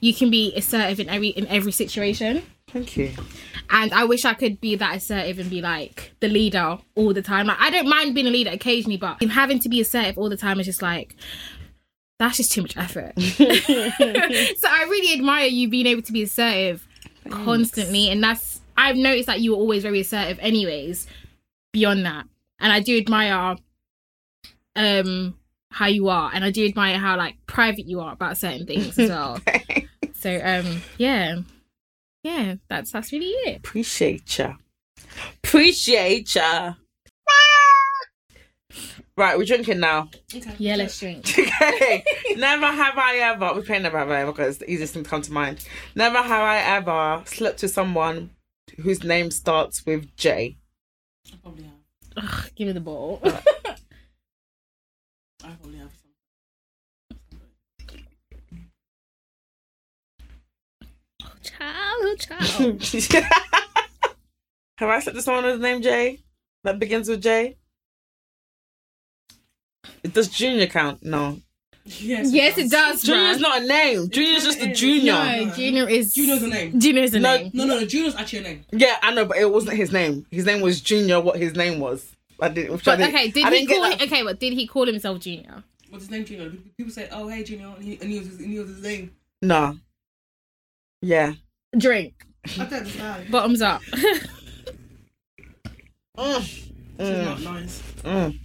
[SPEAKER 4] you can be assertive in every in every situation,
[SPEAKER 2] Thank you.
[SPEAKER 4] and I wish I could be that assertive and be like the leader all the time. Like I don't mind being a leader occasionally, but having to be assertive all the time is just like. That's just too much effort. so I really admire you being able to be assertive constantly and that's i've noticed that you were always very assertive anyways beyond that and i do admire um how you are and i do admire how like private you are about certain things as well so um yeah yeah that's that's really it
[SPEAKER 2] Appreciate ya. Appreciate ya. Right, we're drinking now.
[SPEAKER 3] Okay.
[SPEAKER 4] Yeah, let's drink.
[SPEAKER 2] Okay. never have I ever. We're playing Never Have I Ever because it's the easiest thing to come to mind. Never have I ever slept with someone whose name starts with J.
[SPEAKER 3] I probably have.
[SPEAKER 4] Ugh, give me the ball.
[SPEAKER 3] I probably have some.
[SPEAKER 4] child, child.
[SPEAKER 2] have I slept with someone with the name J? That begins with J? Does junior count? No.
[SPEAKER 3] Yes.
[SPEAKER 4] yes, it does.
[SPEAKER 2] Junior's
[SPEAKER 4] bruh.
[SPEAKER 2] not a name. Junior's just a
[SPEAKER 3] It is.
[SPEAKER 2] junior.
[SPEAKER 4] No, Junior is.
[SPEAKER 3] Junior's a name.
[SPEAKER 4] Junior is a
[SPEAKER 2] No.
[SPEAKER 4] name.
[SPEAKER 3] No, no, no. Junior's actually a name.
[SPEAKER 2] Yeah, I know, but it wasn't his name. His name was Junior. What his name was? I didn't. which I
[SPEAKER 4] But
[SPEAKER 2] didn't-
[SPEAKER 4] okay, did
[SPEAKER 2] I
[SPEAKER 4] he
[SPEAKER 2] didn't get
[SPEAKER 4] call?
[SPEAKER 2] that.
[SPEAKER 4] Okay, what did he call himself Junior?
[SPEAKER 3] What's his name, Junior? People say, "Oh, hey, Junior," and he, and he was his, and he was his name.
[SPEAKER 2] No. Yeah.
[SPEAKER 4] Drink.
[SPEAKER 3] I don't understand.
[SPEAKER 4] Bottoms up.
[SPEAKER 2] Mm.
[SPEAKER 3] This is
[SPEAKER 2] Mm.
[SPEAKER 3] not nice.
[SPEAKER 2] Mm.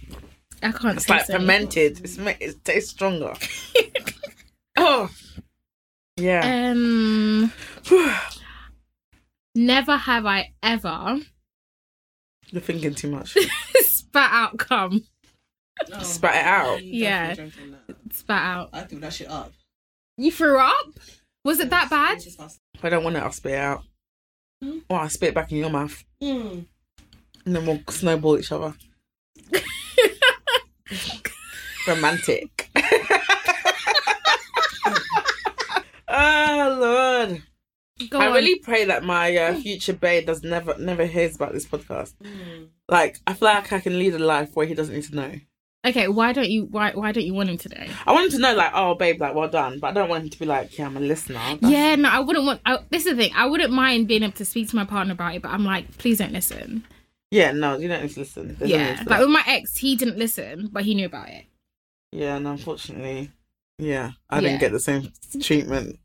[SPEAKER 4] I can't.
[SPEAKER 2] It's like
[SPEAKER 4] taste any.
[SPEAKER 2] fermented. It's ma- it tastes stronger. oh. Yeah.
[SPEAKER 4] Um, never have I ever
[SPEAKER 2] You're thinking too much.
[SPEAKER 4] spat out cum.
[SPEAKER 3] Oh.
[SPEAKER 2] Spat it out.
[SPEAKER 4] Yeah. Spat out.
[SPEAKER 3] I threw that shit up.
[SPEAKER 4] You threw up? Was it that bad?
[SPEAKER 2] If I don't want it, I'll spit it out.
[SPEAKER 3] Hmm?
[SPEAKER 2] Or I'll spit it back in your mouth.
[SPEAKER 3] Mm.
[SPEAKER 2] And then we'll snowball each other. Romantic. oh Lord!
[SPEAKER 4] Go
[SPEAKER 2] I
[SPEAKER 4] on.
[SPEAKER 2] really pray that my uh, future babe does never never hears about this podcast.
[SPEAKER 4] Hmm.
[SPEAKER 2] Like I feel like I can lead a life where he doesn't need to know.
[SPEAKER 4] Okay, why don't you? Why why don't you want him today?
[SPEAKER 2] I want him to know, like, oh babe, like, well done. But I don't want him to be like, yeah, I'm a listener. That's-
[SPEAKER 4] Yeah, no, I wouldn't want. I, this is the thing. I wouldn't mind being able to speak to my partner about it, but I'm like, please don't listen.
[SPEAKER 2] Yeah, no, you don't need to listen. There's no need
[SPEAKER 4] yeah,
[SPEAKER 2] to
[SPEAKER 4] like with my ex, he didn't listen, but he knew about it.
[SPEAKER 2] Yeah, and unfortunately, yeah, I
[SPEAKER 4] Yeah.
[SPEAKER 2] didn't get the same treatment.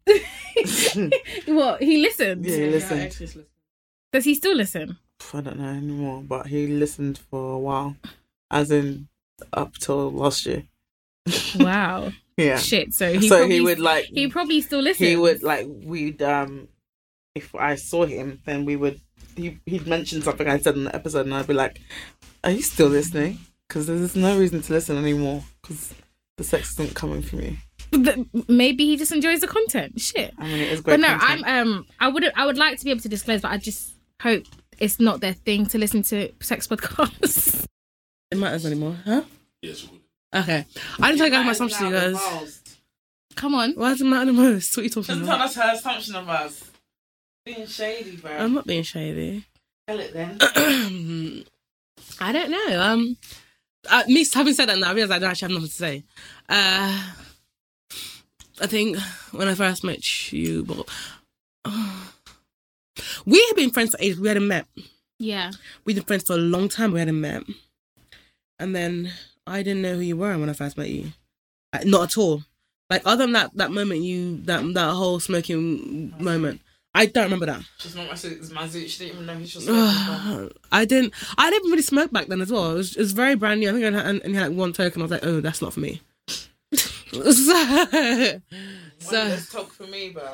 [SPEAKER 4] Well, he listened.
[SPEAKER 2] Yeah, he listened.
[SPEAKER 4] Does he still listen?
[SPEAKER 2] Pff, I don't know anymore, but he listened for a while, as in up till last year.
[SPEAKER 4] Wow.
[SPEAKER 2] Yeah.
[SPEAKER 4] Shit. So he
[SPEAKER 2] so
[SPEAKER 4] probably,
[SPEAKER 2] he would like
[SPEAKER 4] he
[SPEAKER 2] he,
[SPEAKER 4] probably still listen.
[SPEAKER 2] would like we'd um if I saw him then we would he he'd mention something I said in the episode and I'd be like, are you still listening? Because there's no reason to listen anymore because the sex isn't coming for me.
[SPEAKER 4] But maybe he just enjoys the content. Shit.
[SPEAKER 2] I mean it is great.
[SPEAKER 4] But no,
[SPEAKER 2] content.
[SPEAKER 4] I'm um I would I would like to be able to disclose, but I just hope it's not their thing to listen to sex podcasts.
[SPEAKER 3] It matters anymore, huh?
[SPEAKER 5] Yes, we would.
[SPEAKER 3] Okay. I didn't tell you guys my assumption, you guys.
[SPEAKER 4] Come on.
[SPEAKER 3] Why does it matter the most? What are you talking about?
[SPEAKER 2] that's her assumption of us. Being shady, bro.
[SPEAKER 4] Um,
[SPEAKER 3] I'm not being shady.
[SPEAKER 2] Tell it then.
[SPEAKER 3] Mm-hmm. I don't know. Um, uh, me having said that now, I realize I don't actually have nothing to say. Uh, I think when I first met you, but we had been friends for ages. We hadn't met.
[SPEAKER 4] Yeah.
[SPEAKER 3] We'd been friends for a long time. We hadn't met, and then I didn't know who you were when I first met you. Like, not at all. Like other than that, that moment you that that whole smoking moment, I don't remember that.
[SPEAKER 2] She's not my suit, it's my suit. She didn't even know who she was
[SPEAKER 3] I didn't. I didn't really smoke back then as well. It was, it was very brand new. I think I had, and, and had like one token. I was like, oh, that's not for me. so, so
[SPEAKER 2] talk for me, bro.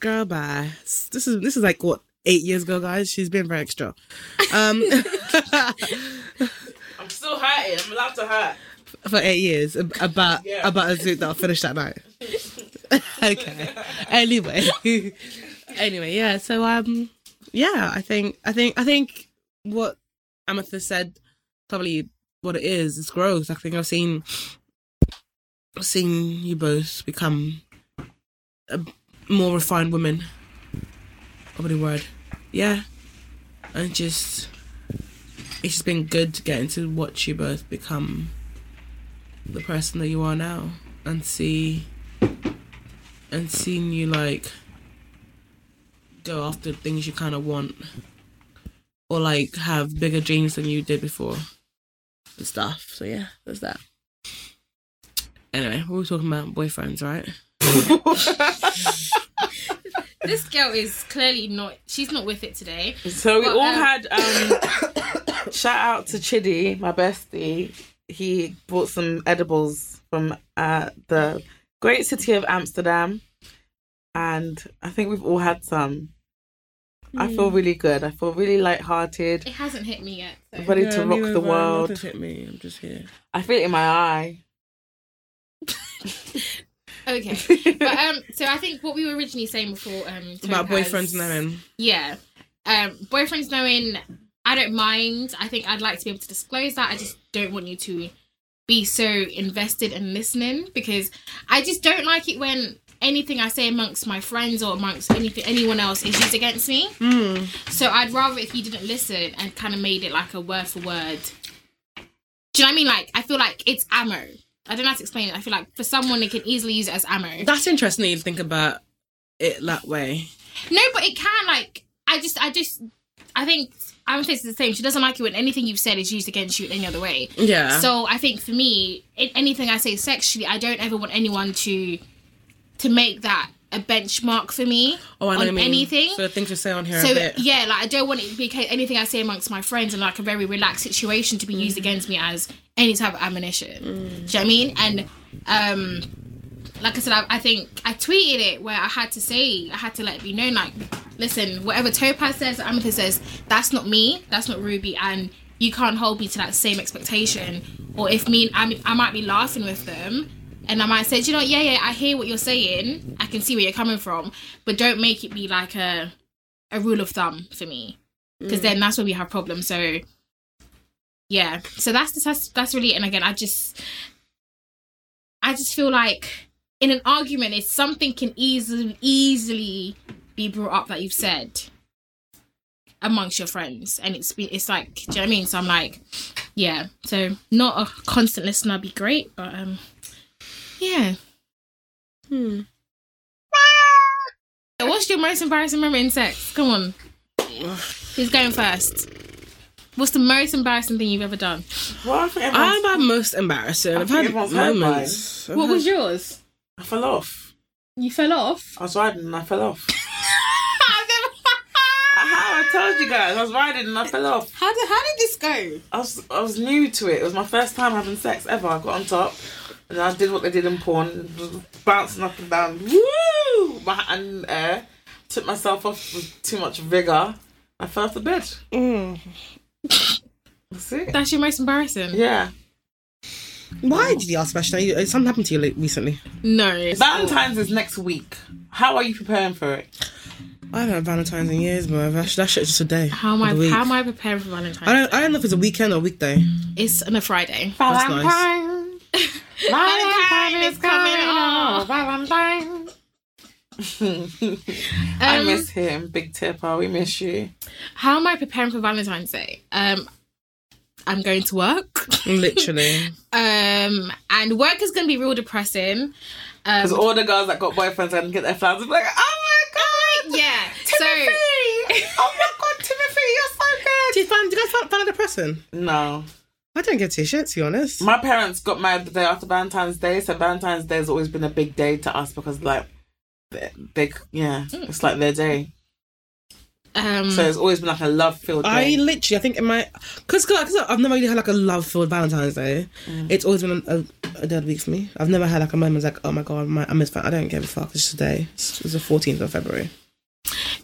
[SPEAKER 3] girl, bye. This is this is like what eight years ago, guys. She's been very extra. Um,
[SPEAKER 2] I'm still hurting. I'm allowed to hurt.
[SPEAKER 3] for eight years ab- about
[SPEAKER 2] Yeah.
[SPEAKER 3] about a zoot that I finished that night. okay. Anyway, anyway, yeah. So um, yeah. I think I think I think what Amethyst said probably what it is is growth. I think I've seen I've seen you both become a more refined women. Probably word, yeah, and just. It's just been good to get into watch you both become the person that you are now and see and seeing you like go after things you kind of want or like have bigger dreams than you did before and stuff so yeah there's that anyway we were talking about boyfriends right
[SPEAKER 4] This girl is clearly not she's not with it today.
[SPEAKER 2] So we
[SPEAKER 4] Well,
[SPEAKER 2] all
[SPEAKER 4] um,
[SPEAKER 2] had um shout out to Chidi, my bestie. He bought some edibles from uh the great city of Amsterdam. And I think we've all had some.
[SPEAKER 4] Mm.
[SPEAKER 2] I feel really good. I feel really lighthearted,
[SPEAKER 4] It hasn't hit me yet. So.
[SPEAKER 2] ready
[SPEAKER 3] Yeah,
[SPEAKER 2] to rock
[SPEAKER 3] neither
[SPEAKER 2] the
[SPEAKER 3] have I.
[SPEAKER 2] world.
[SPEAKER 3] Nothing's hit me. I'm just here.
[SPEAKER 2] I feel it in my eye.
[SPEAKER 4] Okay. but um, so I think what we were originally saying before um
[SPEAKER 3] About
[SPEAKER 4] Topaz-
[SPEAKER 3] boyfriends knowing.
[SPEAKER 4] Yeah. Um, boyfriends knowing, I don't mind. I think I'd like to be able to disclose that. I just don't want you to be so invested in listening because I just don't like it when anything I say amongst my friends or amongst anything anyone else is used against me. So I'd rather if you didn't listen and kind of made it like a word for word. Do you know what I mean? Like I feel like it's ammo. I don't know how to explain it. I feel like for someone they can easily use it as ammo.
[SPEAKER 3] That's interesting that you think about it that way.
[SPEAKER 4] No, but it can like I just I just I think I'm it's the same. She doesn't like it when anything you've said is used against you in any other way.
[SPEAKER 3] Yeah.
[SPEAKER 4] So I think for me, in anything I say sexually, I don't ever want anyone to to make that a benchmark for me
[SPEAKER 3] oh, I know
[SPEAKER 4] on
[SPEAKER 3] what you mean.
[SPEAKER 4] anything.
[SPEAKER 3] So the things you say on here
[SPEAKER 4] So
[SPEAKER 3] a bit.
[SPEAKER 4] yeah, like I don't want it to be ca- anything I say amongst my friends in like a very relaxed situation to be used
[SPEAKER 3] Mm.
[SPEAKER 4] against me as any type of ammunition. Do you know what I mean? And um, like I said, I, I think I tweeted it where I had to say I had to let it be known like, listen, whatever Topaz says, Amethyst says, that's not me, that's not Ruby, and you can't hold me to that same expectation. Or if me, I, I might be laughing with them. And I might say, Do you know, what? yeah, yeah, I hear what you're saying. I can see where you're coming from, but don't make it be like a a rule of thumb for me because then that's where we have problems so yeah so that's that's that's really it. and again i just i just feel like in an argument if something can easily easily be brought up that you've said amongst your friends and it's be- it's like do you know what i mean so i'm like yeah so not a constant listener would be great but um yeah So What's your most embarrassing moment in sex? Come on. Who's going first? What's the most embarrassing thing you've ever done?
[SPEAKER 2] Well, I think everyone's-
[SPEAKER 3] I've had most embarrassing. I've
[SPEAKER 2] think
[SPEAKER 3] had
[SPEAKER 2] everyone's had
[SPEAKER 3] moments.
[SPEAKER 4] What was yours?
[SPEAKER 2] I fell off.
[SPEAKER 4] You fell off?
[SPEAKER 2] I was riding and I fell off.
[SPEAKER 4] I've never-
[SPEAKER 2] How I told you guys, I was riding and I fell off.
[SPEAKER 4] how, did, how did this go?
[SPEAKER 2] I was I was new to it. It was my first time having sex ever. I got on top and I did what they did in porn, bouncing up and down. Woo! My hand in the air. Took myself off with too much vigor. I fell off the bed. That's it.
[SPEAKER 4] That's your most embarrassing?
[SPEAKER 2] Yeah.
[SPEAKER 3] Why did you ask that question? You- Something happened to you like, recently.
[SPEAKER 4] No. it's
[SPEAKER 2] Valentine's is next week. How are you preparing for it?
[SPEAKER 3] I haven't had Valentine's in years, bro. That, sh- that shit's just a day.
[SPEAKER 4] How am I?
[SPEAKER 3] of the week.
[SPEAKER 4] How am I preparing for Valentine's?
[SPEAKER 3] I don't, I don't know if it's a weekend or weekday.
[SPEAKER 4] it's on a Friday.
[SPEAKER 3] That's nice.
[SPEAKER 4] Valentine is coming on.
[SPEAKER 2] Valentine. I
[SPEAKER 4] Um,
[SPEAKER 2] miss him, Big Tipper. We miss you.
[SPEAKER 4] How am I preparing for Valentine's Day? Um, I'm going to work.
[SPEAKER 3] Literally.
[SPEAKER 4] Um, and work is going to be real depressing.
[SPEAKER 2] Because
[SPEAKER 4] Um,
[SPEAKER 2] all the girls that got boyfriends and get their flowers, they're like, oh my god,
[SPEAKER 4] yeah. So
[SPEAKER 2] Timothy! oh my god, Timothy, you're so
[SPEAKER 3] do you find, do you guys find, find it depressing?
[SPEAKER 2] good. No,
[SPEAKER 3] I don't give two shits, to be honest.
[SPEAKER 2] my parents got married the day after Valentine's Day, so Valentine's Day has always been a big day to us because like. They, they, yeah, it's like their day.
[SPEAKER 4] um,
[SPEAKER 2] So it's always been like a love filled
[SPEAKER 3] I
[SPEAKER 2] day.
[SPEAKER 3] literally, I think in my, cause, cause I've never really had like a love filled Valentine's Day. It's always been a, a dead week for me. I've never had like a moment like, oh my god, my, I miss. Val- I don't give a fuck. It's today. It's, it's the fourteenth of February.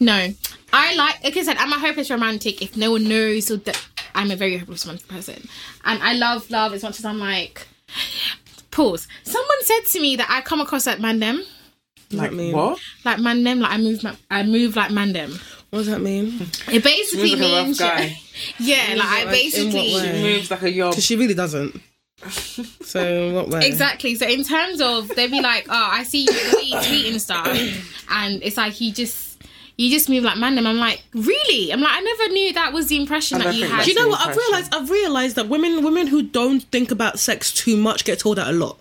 [SPEAKER 4] No, I like, like I said, I'm a hopeless romantic. If no one knows, or that I'm a very hopeless romantic person, and I love love as much as I'm like. Pause. Someone said to me that I come across like mandem,
[SPEAKER 2] like
[SPEAKER 3] mean?
[SPEAKER 2] what?
[SPEAKER 4] like mandem, like I move, ma- I move like mandem.
[SPEAKER 3] What does that mean?
[SPEAKER 4] It basically
[SPEAKER 2] Sounds like a rough
[SPEAKER 4] means,
[SPEAKER 2] guy.
[SPEAKER 4] yeah, like
[SPEAKER 3] like,
[SPEAKER 4] I
[SPEAKER 3] in what
[SPEAKER 4] basically.
[SPEAKER 3] way?
[SPEAKER 2] She moves like a yob.
[SPEAKER 3] Cause she really doesn't. So in what way?
[SPEAKER 4] Exactly. So in terms of they'd be like, "Oh, I see you tweet, tweeting stuff," and it's like you just you just move like mandem. I'm like, really? I'm like, I never knew that was the
[SPEAKER 2] I
[SPEAKER 4] impression that
[SPEAKER 2] don't
[SPEAKER 4] you
[SPEAKER 2] think
[SPEAKER 4] had.
[SPEAKER 3] Do you know
[SPEAKER 2] the
[SPEAKER 3] what? I've
[SPEAKER 2] impression.
[SPEAKER 3] realized. I've realized that women, women who don't think about sex too much, get told that a lot.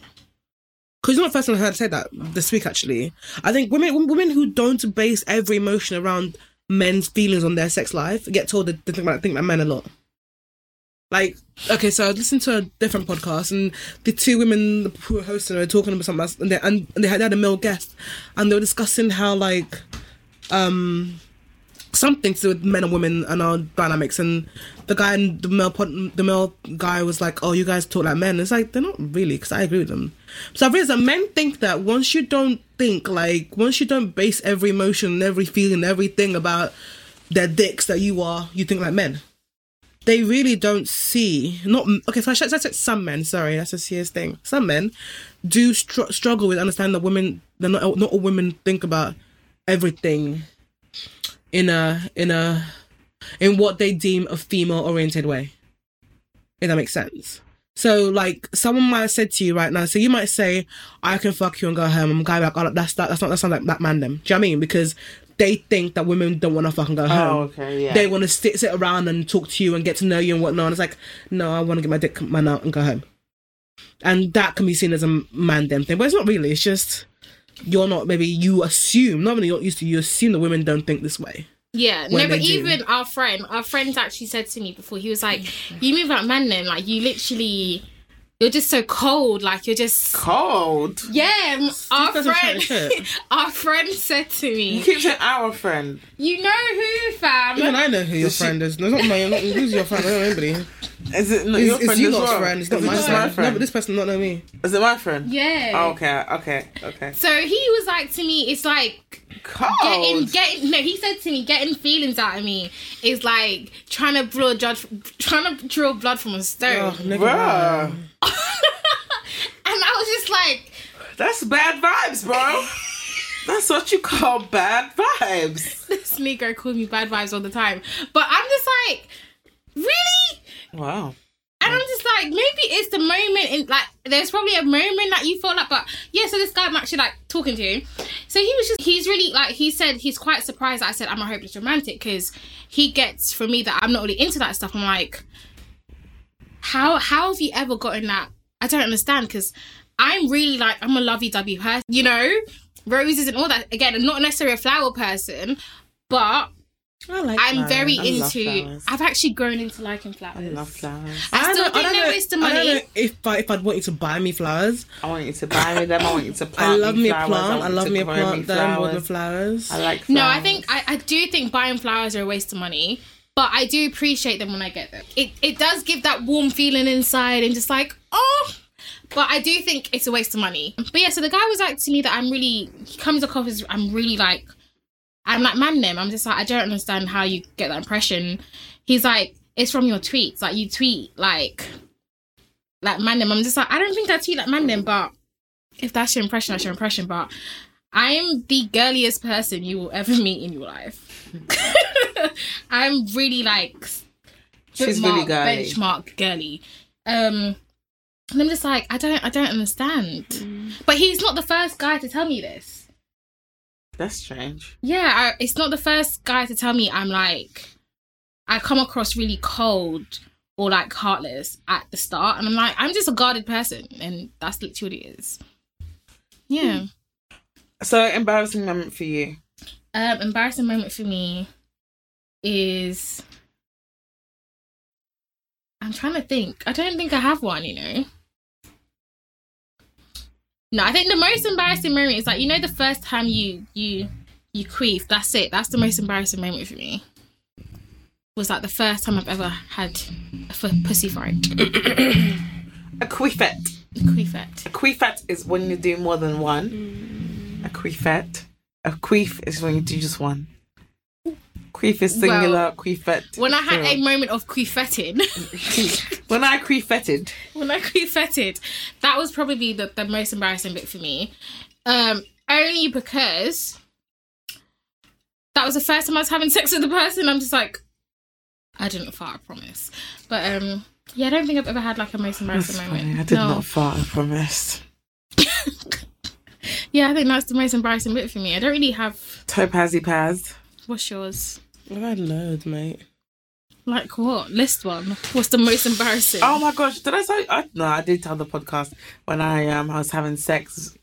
[SPEAKER 3] Because you're not the first one I heard say that this week. Actually, I think women, women who don't base every emotion around men's feelings on their sex life, get told that they think about think about men a lot. Like, okay, so I listened to a different podcast, and the two women who were hosting were talking about something, else, and they and they had, they had a male guest, and they were discussing how like um something to do with men and women and our dynamics and the guy and the male pod, the male guy was like oh you guys talk like men it's like they're not really because i agree with them so i've realized that men think that once you don't think like once you don't base every emotion and every feeling everything about they're dicks that you are, you think like men. They really don't see not okay. So I should, I said some men. Sorry, that's a serious thing. Some men do str- struggle with understanding that women. They're not not all women think about everything in a in a in what they deem a female oriented way. If that makes sense. So like someone might have said to you right now, so you might say, I can fuck you and go home. I'm a guy like, oh, that's that that's not that's not like that man them. Do you know what I mean? Because they think that women don't want to fucking go home.
[SPEAKER 2] Oh, okay, yeah.
[SPEAKER 3] They want to sit sit around and talk to you and get to know you and whatnot. And it's like, no, I want to get my dick man out and go home. And that can be seen as a man them thing, but it's not really. It's just you're not maybe you assume not only you're not used to you assume the women don't think this way.
[SPEAKER 4] Yeah,
[SPEAKER 3] when
[SPEAKER 4] no, but
[SPEAKER 3] they do.
[SPEAKER 4] even our friend, our friend actually said to me before, he was like, You move like man then, like you literally you're just so cold, like you're just
[SPEAKER 2] Cold.
[SPEAKER 4] Yeah, m- our
[SPEAKER 3] doesn't try
[SPEAKER 4] friend
[SPEAKER 3] shit.
[SPEAKER 4] our friend said to
[SPEAKER 2] You
[SPEAKER 4] me,
[SPEAKER 2] keep saying our friend.
[SPEAKER 4] You know who fam?
[SPEAKER 3] Even I know who your friend is. No, it's not my, not, who's your friend? I don't know anybody.
[SPEAKER 2] Is it not your
[SPEAKER 3] It's, it's
[SPEAKER 2] friend
[SPEAKER 3] you
[SPEAKER 2] as
[SPEAKER 3] lot's
[SPEAKER 2] well?
[SPEAKER 3] friend. It's not
[SPEAKER 2] Is it
[SPEAKER 3] my
[SPEAKER 2] just
[SPEAKER 3] friend. No,
[SPEAKER 2] friend?
[SPEAKER 3] but this person not know me.
[SPEAKER 2] Is it my friend?
[SPEAKER 4] Yeah.
[SPEAKER 2] Oh, okay, okay, okay.
[SPEAKER 4] So he was like to me, it's like
[SPEAKER 2] Cold.
[SPEAKER 4] getting getting no he said to me getting feelings out of me is like trying to draw blood trying to draw blood from a stone
[SPEAKER 3] Oh, nigga,
[SPEAKER 2] Bruh.
[SPEAKER 4] and i was just like
[SPEAKER 2] That's bad vibes, bro. That's what you call bad vibes.
[SPEAKER 4] this negro called me bad vibes all the time but i'm just like really
[SPEAKER 2] Wow.
[SPEAKER 4] and i'm just like maybe it's the moment in like there's probably a moment that you feel like but yeah so this guy i'm actually like talking to so he was just he's really like he said he's quite surprised that i said i'm a hopeless romantic because he gets from me that i'm not really into that stuff i'm like how how have you ever gotten that? I don't understand because I'm really like I'm a lovey-dovey person, you know, roses and all that. Again, I'm not necessarily a flower person, but
[SPEAKER 2] I like
[SPEAKER 4] I'm very
[SPEAKER 2] I love
[SPEAKER 4] into.
[SPEAKER 2] flowers.
[SPEAKER 4] I've actually grown into liking flowers.
[SPEAKER 2] I love flowers.
[SPEAKER 4] I still
[SPEAKER 3] don't-
[SPEAKER 4] think
[SPEAKER 3] don't
[SPEAKER 4] they
[SPEAKER 3] know-
[SPEAKER 4] waste the
[SPEAKER 3] I don't
[SPEAKER 4] money.
[SPEAKER 3] know if I, if I'd want you to buy me flowers.
[SPEAKER 2] I want you to buy me them. I want you to plant
[SPEAKER 3] I love me a
[SPEAKER 2] flowers.
[SPEAKER 3] plant.
[SPEAKER 2] want
[SPEAKER 3] I
[SPEAKER 2] you
[SPEAKER 3] love
[SPEAKER 2] to
[SPEAKER 3] me a
[SPEAKER 2] grow
[SPEAKER 3] plant. That I'm bought
[SPEAKER 2] flowers.
[SPEAKER 3] with flowers.
[SPEAKER 2] I like flowers.
[SPEAKER 4] No, I think I, I do think buying flowers are a waste of money, but I do appreciate them when I get them. It it does give that warm feeling inside and just like oh. But I do think it's a waste of money. But yeah, so the guy was like to me that I'm really he comes across as I'm really like I'm like man them. I'm just like I don't understand how you get that impression. He's like it's from your tweets. Like you tweet like like man them. I'm just like I don't think I tweet like man them, but if that's your impression, that's your impression. But I'm the girliest person you will ever meet in your life. I'm really like
[SPEAKER 2] She's
[SPEAKER 4] bookmark,
[SPEAKER 2] really girly.
[SPEAKER 4] benchmark girly. Um and I'm just like, I don't I don't understand.
[SPEAKER 2] Mm.
[SPEAKER 4] But he's not the first guy to tell me this.
[SPEAKER 2] That's strange.
[SPEAKER 4] Yeah, I, it's not the first guy to tell me I'm like I come across really cold or like heartless at the start and I'm like, I'm just a guarded person and that's literally what it is. Yeah.
[SPEAKER 2] So embarrassing moment for you.
[SPEAKER 4] Um, embarrassing moment for me is I'm trying to think. I don't think I have one, you know. No, I think the most embarrassing moment is like you know the first time you you you queef. That's it. That's the most embarrassing moment for me. Was like the first time I've ever had a f- pussy fight.
[SPEAKER 2] A queefet.
[SPEAKER 4] Queefet.
[SPEAKER 2] A queefet is when you do more than one. A queefet. A queef is when you do just one. Queef is singular. queefet. is
[SPEAKER 4] When I had a
[SPEAKER 2] plural.
[SPEAKER 4] moment of queefetting,
[SPEAKER 2] when I queefetted.
[SPEAKER 4] when I queefetted, that was probably the, the most embarrassing bit for me. Um, only because that was the first time I was having sex with the person. I'm just like, I didn't fart, I promise. But um, yeah, I don't think I've ever had like a most embarrassing
[SPEAKER 2] That's
[SPEAKER 4] moment.
[SPEAKER 2] funny. I did
[SPEAKER 4] No.
[SPEAKER 2] not fart. I promise.
[SPEAKER 4] Yeah, I think that's the most embarrassing bit for me. I don't really have.
[SPEAKER 2] Topazzy Paz.
[SPEAKER 4] What's yours?
[SPEAKER 3] I've had loads, mate.
[SPEAKER 4] Like what? List one. What's the most embarrassing?
[SPEAKER 2] Oh my gosh! Did I tell you? I, no, I did tell the podcast when I um I was having sex,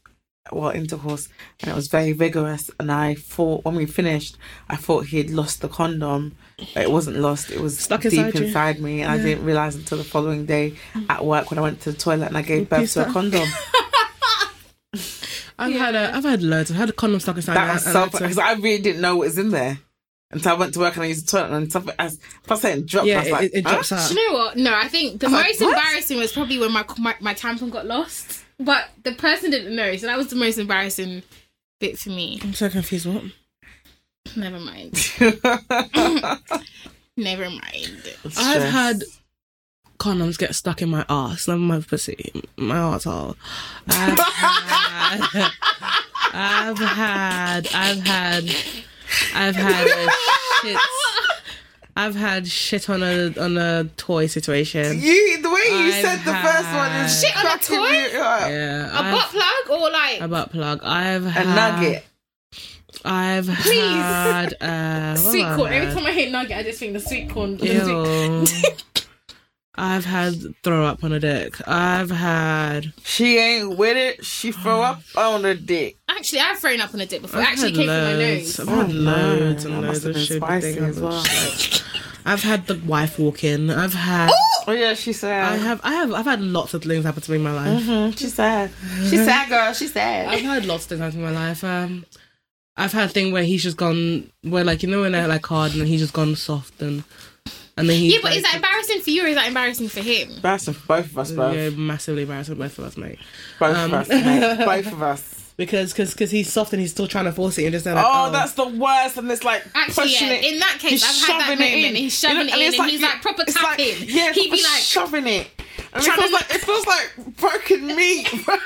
[SPEAKER 2] well intercourse, and it was very vigorous. And I thought when we finished, I thought he had lost the condom. But it wasn't lost. It was
[SPEAKER 3] Stuck
[SPEAKER 2] deep
[SPEAKER 3] inside you. Mm.
[SPEAKER 2] inside me, and I didn't realize until the following day at work when I went to the toilet and I gave birth
[SPEAKER 3] pieced
[SPEAKER 2] to a
[SPEAKER 3] up.
[SPEAKER 2] condom.
[SPEAKER 3] I've had a, I've had loads. I've had a condom stuck inside.
[SPEAKER 2] That
[SPEAKER 3] my-
[SPEAKER 2] was
[SPEAKER 3] I
[SPEAKER 2] so
[SPEAKER 3] had to-
[SPEAKER 2] because I really didn't know what was in there. Until I went to work and I used the toilet and stuff. As plus, it dropped. I
[SPEAKER 3] yeah,
[SPEAKER 2] was
[SPEAKER 3] it,
[SPEAKER 2] like,
[SPEAKER 3] it, it
[SPEAKER 2] huh?
[SPEAKER 3] drops out.
[SPEAKER 4] Do you know what? No, I think the
[SPEAKER 2] like,
[SPEAKER 4] most
[SPEAKER 2] "What?"
[SPEAKER 4] embarrassing was probably when my, my my tampon got lost, but the person didn't know, so that was the most embarrassing bit for me.
[SPEAKER 3] I'm so confused. What?
[SPEAKER 4] Never mind. Never mind.
[SPEAKER 3] I've had condoms get stuck in my ass, not my pussy, my asshole. I've had, I've had, I've had, I've had a shit. I've had shit on a on a toy situation.
[SPEAKER 2] You, the way you
[SPEAKER 3] I've
[SPEAKER 2] said the first one
[SPEAKER 3] had-
[SPEAKER 2] is
[SPEAKER 4] Shit on a
[SPEAKER 2] cracking
[SPEAKER 4] toy?
[SPEAKER 2] me up.
[SPEAKER 3] Yeah,
[SPEAKER 4] A butt
[SPEAKER 3] I've,
[SPEAKER 4] plug or like
[SPEAKER 3] a butt plug. I've
[SPEAKER 2] A
[SPEAKER 3] had
[SPEAKER 4] Uh-huh.
[SPEAKER 2] nugget.
[SPEAKER 3] I've had uh, what
[SPEAKER 4] sweet
[SPEAKER 3] have I
[SPEAKER 4] corn? Every
[SPEAKER 3] had?
[SPEAKER 4] time I hear nugget, I just think the sweet corn.
[SPEAKER 3] Ew. I've had throw up on a dick. I've had
[SPEAKER 2] She ain't with it. She throw up on the dick.
[SPEAKER 4] Actually, I've thrown up on a dip before.
[SPEAKER 3] I've
[SPEAKER 4] it actually
[SPEAKER 3] had
[SPEAKER 4] came
[SPEAKER 3] loads. I've
[SPEAKER 4] from my nose.
[SPEAKER 3] had
[SPEAKER 4] Mm,
[SPEAKER 3] loads
[SPEAKER 2] Oh, That
[SPEAKER 3] and
[SPEAKER 2] must have
[SPEAKER 3] loads of
[SPEAKER 2] been
[SPEAKER 3] stupid
[SPEAKER 2] spicy
[SPEAKER 3] things.
[SPEAKER 2] as well.
[SPEAKER 3] I've had the wife walk in. I've had.
[SPEAKER 2] Oh yeah, she said.
[SPEAKER 3] I have. I have. I've had lots of things happen to me in my life.
[SPEAKER 2] Mhm, She said. She said, girl. She said.
[SPEAKER 3] I've had lots of things happen in my life. Um, I've had a thing where he's just gone. Where like you know when they're like hard and he's just gone soft and and then he
[SPEAKER 4] Yeah, but is that embarrassing for you or is that embarrassing for him?
[SPEAKER 2] Embarrassing for both of us, bro.
[SPEAKER 3] yeah, massively embarrassing both of us, mate.
[SPEAKER 2] Both
[SPEAKER 3] Um,
[SPEAKER 2] of us. mate. both of us.
[SPEAKER 3] Because cause, cause he's soft and he's still trying to force it and just they're like,
[SPEAKER 2] Oh, that's the worst. And it's like
[SPEAKER 4] Actually,
[SPEAKER 2] pushing
[SPEAKER 4] yeah.
[SPEAKER 2] it.
[SPEAKER 4] In that case,
[SPEAKER 2] He's
[SPEAKER 4] I've had that
[SPEAKER 2] shoving it
[SPEAKER 4] moment.
[SPEAKER 2] in.
[SPEAKER 4] He's
[SPEAKER 2] You know,
[SPEAKER 4] shoving it
[SPEAKER 2] and
[SPEAKER 4] in,
[SPEAKER 2] it's
[SPEAKER 4] and he's
[SPEAKER 2] you-
[SPEAKER 4] like proper
[SPEAKER 2] it's like-
[SPEAKER 4] tapping.
[SPEAKER 2] yeah,
[SPEAKER 4] He'd be
[SPEAKER 2] proper
[SPEAKER 4] like,
[SPEAKER 2] shoving it. And it
[SPEAKER 4] Trying to-
[SPEAKER 2] feels like it feels like broken meat. bro.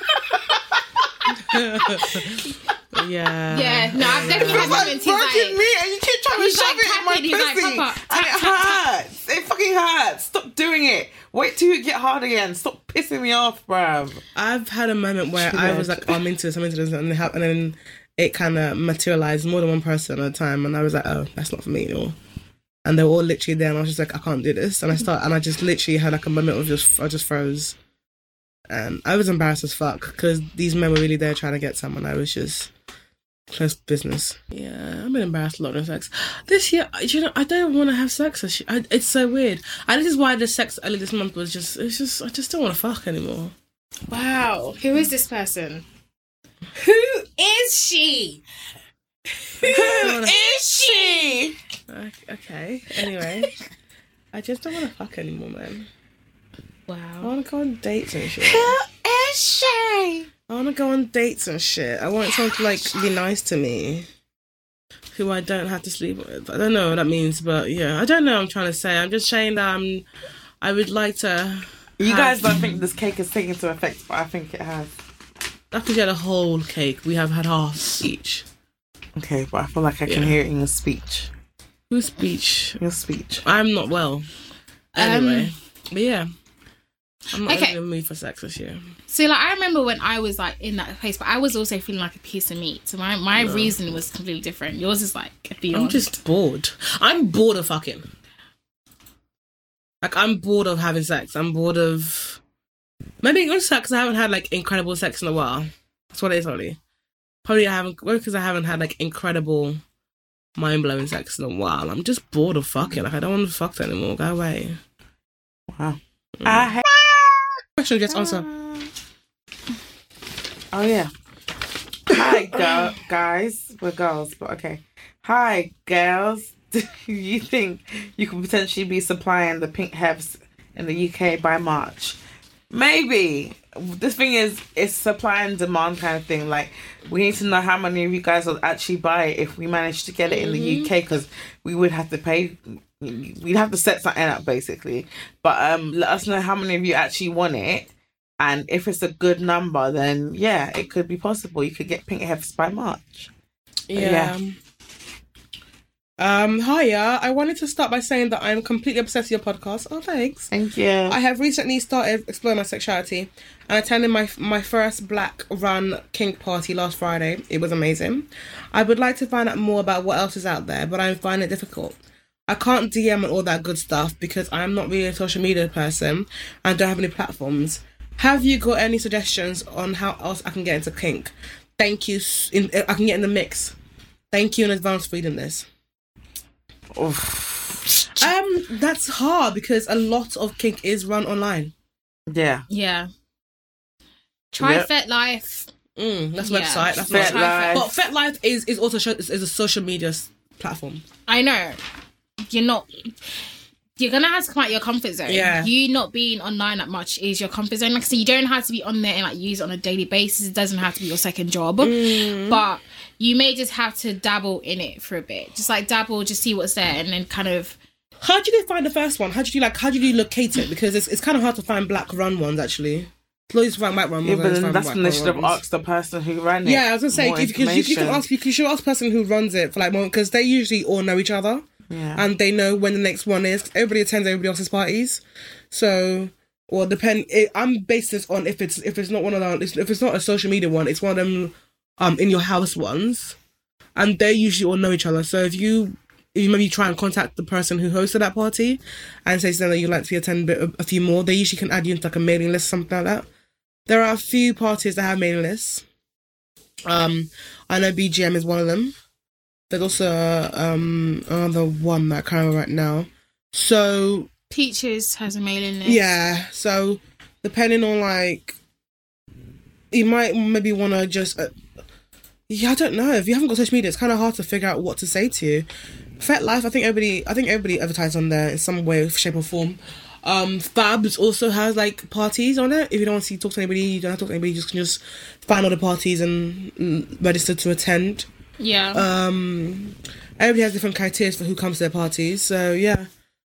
[SPEAKER 3] yeah,
[SPEAKER 4] yeah, no, I've
[SPEAKER 2] It
[SPEAKER 4] definitely
[SPEAKER 2] feels
[SPEAKER 4] had
[SPEAKER 2] like
[SPEAKER 4] moments. He's
[SPEAKER 2] broken
[SPEAKER 4] like,
[SPEAKER 2] meat, and you keep trying to
[SPEAKER 4] he's
[SPEAKER 2] shove
[SPEAKER 4] like
[SPEAKER 2] it in my
[SPEAKER 4] tapping, he's like,
[SPEAKER 2] pussy,
[SPEAKER 4] Papa,
[SPEAKER 2] and
[SPEAKER 4] tap,
[SPEAKER 2] it
[SPEAKER 4] tap,
[SPEAKER 2] hurts. It fucking hurts. Stop doing it. Wait till you get hard again. Stop pissing me off, bruv.
[SPEAKER 3] I've had a moment where
[SPEAKER 2] Should
[SPEAKER 3] I
[SPEAKER 2] I?
[SPEAKER 3] was like, oh, I'm into this, I'm into this, and, it hap- and then it kind of materialized more than one person at a time, and I was like, oh, that's not for me at all. And they were all literally there, and I was just like, I can't do this. And I start, and I just literally had like a moment of just, I just froze, and I was embarrassed as fuck because these men were really there trying to get someone. I was just close business. Yeah, I've been embarrassed a lot of sex this year. I- You know, I don't want to have sex. I sh- I, it's so weird, and this is why the sex earlier this month was just, it's just, I just don't want to fuck anymore.
[SPEAKER 4] wow, who is this person? Who is she? Who is she?
[SPEAKER 3] O- Okay. Anyway, I just don't want to fuck anymore, man. I
[SPEAKER 4] Wow.
[SPEAKER 3] want to go on dates and shit. Who is she? I want to go on dates and shit. I want someone to like be nice to me, who I don't have to sleep with. I don't know what that means, but yeah, I don't know. What I'm trying to say. I'm just saying that I'm. I would like to.
[SPEAKER 2] You
[SPEAKER 3] Hi.
[SPEAKER 2] guys don't think this cake is taking into effect, but I think it has.
[SPEAKER 3] After we had a whole cake, we have had half each.
[SPEAKER 2] Okay, but I feel like I can
[SPEAKER 3] Yeah.
[SPEAKER 2] hear it in your speech.
[SPEAKER 3] Who's speech?
[SPEAKER 2] Your speech.
[SPEAKER 3] I'm not well. Anyway, but yeah. I'm not
[SPEAKER 4] Um, Okay.
[SPEAKER 3] in the mood for sex this year.
[SPEAKER 4] So like I remember when I was like in that place, but I was also feeling like a piece of meat. So my, my reason was completely different. Yours is like beyond.
[SPEAKER 3] I'm just bored. I'm bored of fucking. Like I'm bored of having sex. I'm bored of maybe it's because I haven't had like incredible sex in a while. That's what it is probably. Probably I haven't because I haven't had like incredible, mind blowing sex in a while. I'm just bored of fucking. Like I don't want to fuck anymore. Go away.
[SPEAKER 2] Wow. I hate.
[SPEAKER 3] Question just answer.
[SPEAKER 2] Oh yeah. Hi, girl, guys. We're girls, but okay. Hi, girls. Do you think you could potentially be supplying the pink hebs in the UK by March? Maybe. The thing is, it's supply and demand kind of thing. Like, we need to know how many of you guys will actually buy it if we manage to get it in the UK because we would have to pay. We'd have to set something up basically. But um, let us know how many of you actually want it. And if it's a good number, then yeah, it could be possible. You could get pink hefts by March.
[SPEAKER 3] Yeah. Um, hiya. I wanted to start by saying that I'm completely obsessed with your podcast. Oh, thanks.
[SPEAKER 2] Thank you.
[SPEAKER 3] I have recently started exploring my sexuality and attended my my first black run kink party last Friday. It was amazing. I would like to find out more about what else is out there, but I find it difficult. I can't DM and all that good stuff because I'm not really a social media person and don't have any platforms. Have you got any suggestions on how else I can get into kink? Thank you. s- In, I can get in the mix. Thank you in advance for reading this. Um, that's hard because a lot of kink is run online.
[SPEAKER 2] yeah.
[SPEAKER 4] yeah. Try
[SPEAKER 2] Yep.
[SPEAKER 4] FetLife.
[SPEAKER 3] Mm, that's
[SPEAKER 4] Yeah.
[SPEAKER 3] website. That's
[SPEAKER 2] Fet
[SPEAKER 3] website.
[SPEAKER 2] Life.
[SPEAKER 3] But FetLife is is also sho- is, is a social media s- platform.
[SPEAKER 4] I know. You're not. you're gonna have to come out your comfort zone.
[SPEAKER 3] Yeah.
[SPEAKER 4] You not being online that much is your comfort zone. Like I said, you don't have to be on there and like use it on a daily basis. It doesn't have to be your second job.
[SPEAKER 3] Mm.
[SPEAKER 4] But you may just have to dabble in it for a bit. Just like dabble, just see what's there and then kind of
[SPEAKER 3] How did you find the first one? How did you like? How did you locate it? Because it's, it's kind of hard to find black run ones actually. Lawyers find white run ones.
[SPEAKER 2] Yeah, but
[SPEAKER 3] lawyers
[SPEAKER 2] then
[SPEAKER 3] find
[SPEAKER 2] that's
[SPEAKER 3] white
[SPEAKER 2] when they
[SPEAKER 3] run
[SPEAKER 2] should have
[SPEAKER 3] ones.
[SPEAKER 2] asked the person who ran it.
[SPEAKER 3] Yeah, I was gonna say
[SPEAKER 2] more
[SPEAKER 3] because you, you, can
[SPEAKER 2] information.
[SPEAKER 3] ask you, should ask the person who runs it for like more because they usually all know each other
[SPEAKER 2] Yeah.
[SPEAKER 3] and they know when the next one is. Everybody attends everybody else's parties, so well depend. It, I'm based this on if it's if it's not one of them if it's not a social media one, it's one of them um in your house ones, and they usually all know each other. So if you if you maybe try and contact the person who hosted that party and say to them that you'd like to attend a, bit, a few more, they usually can add you into like a mailing list something like that. There are a few parties that have mailing lists. Um, I know BGM is one of them. There's also uh, um another one that I can't remember right now. So
[SPEAKER 4] Peaches has a mailing list.
[SPEAKER 3] yeah, so depending on like, you might maybe want to just. Uh, yeah, I don't know. If you haven't got social media, it's kind of hard to figure out what to say to you. FetLife, I think everybody, I think everybody advertises on there in some way, shape, or form. Um, Fabs also has like parties on it. If you don't want to talk to anybody, you don't have to talk to anybody. You just can just find all the parties and mm, register to attend
[SPEAKER 4] Yeah.
[SPEAKER 3] um everybody has different criteria for who comes to their parties so yeah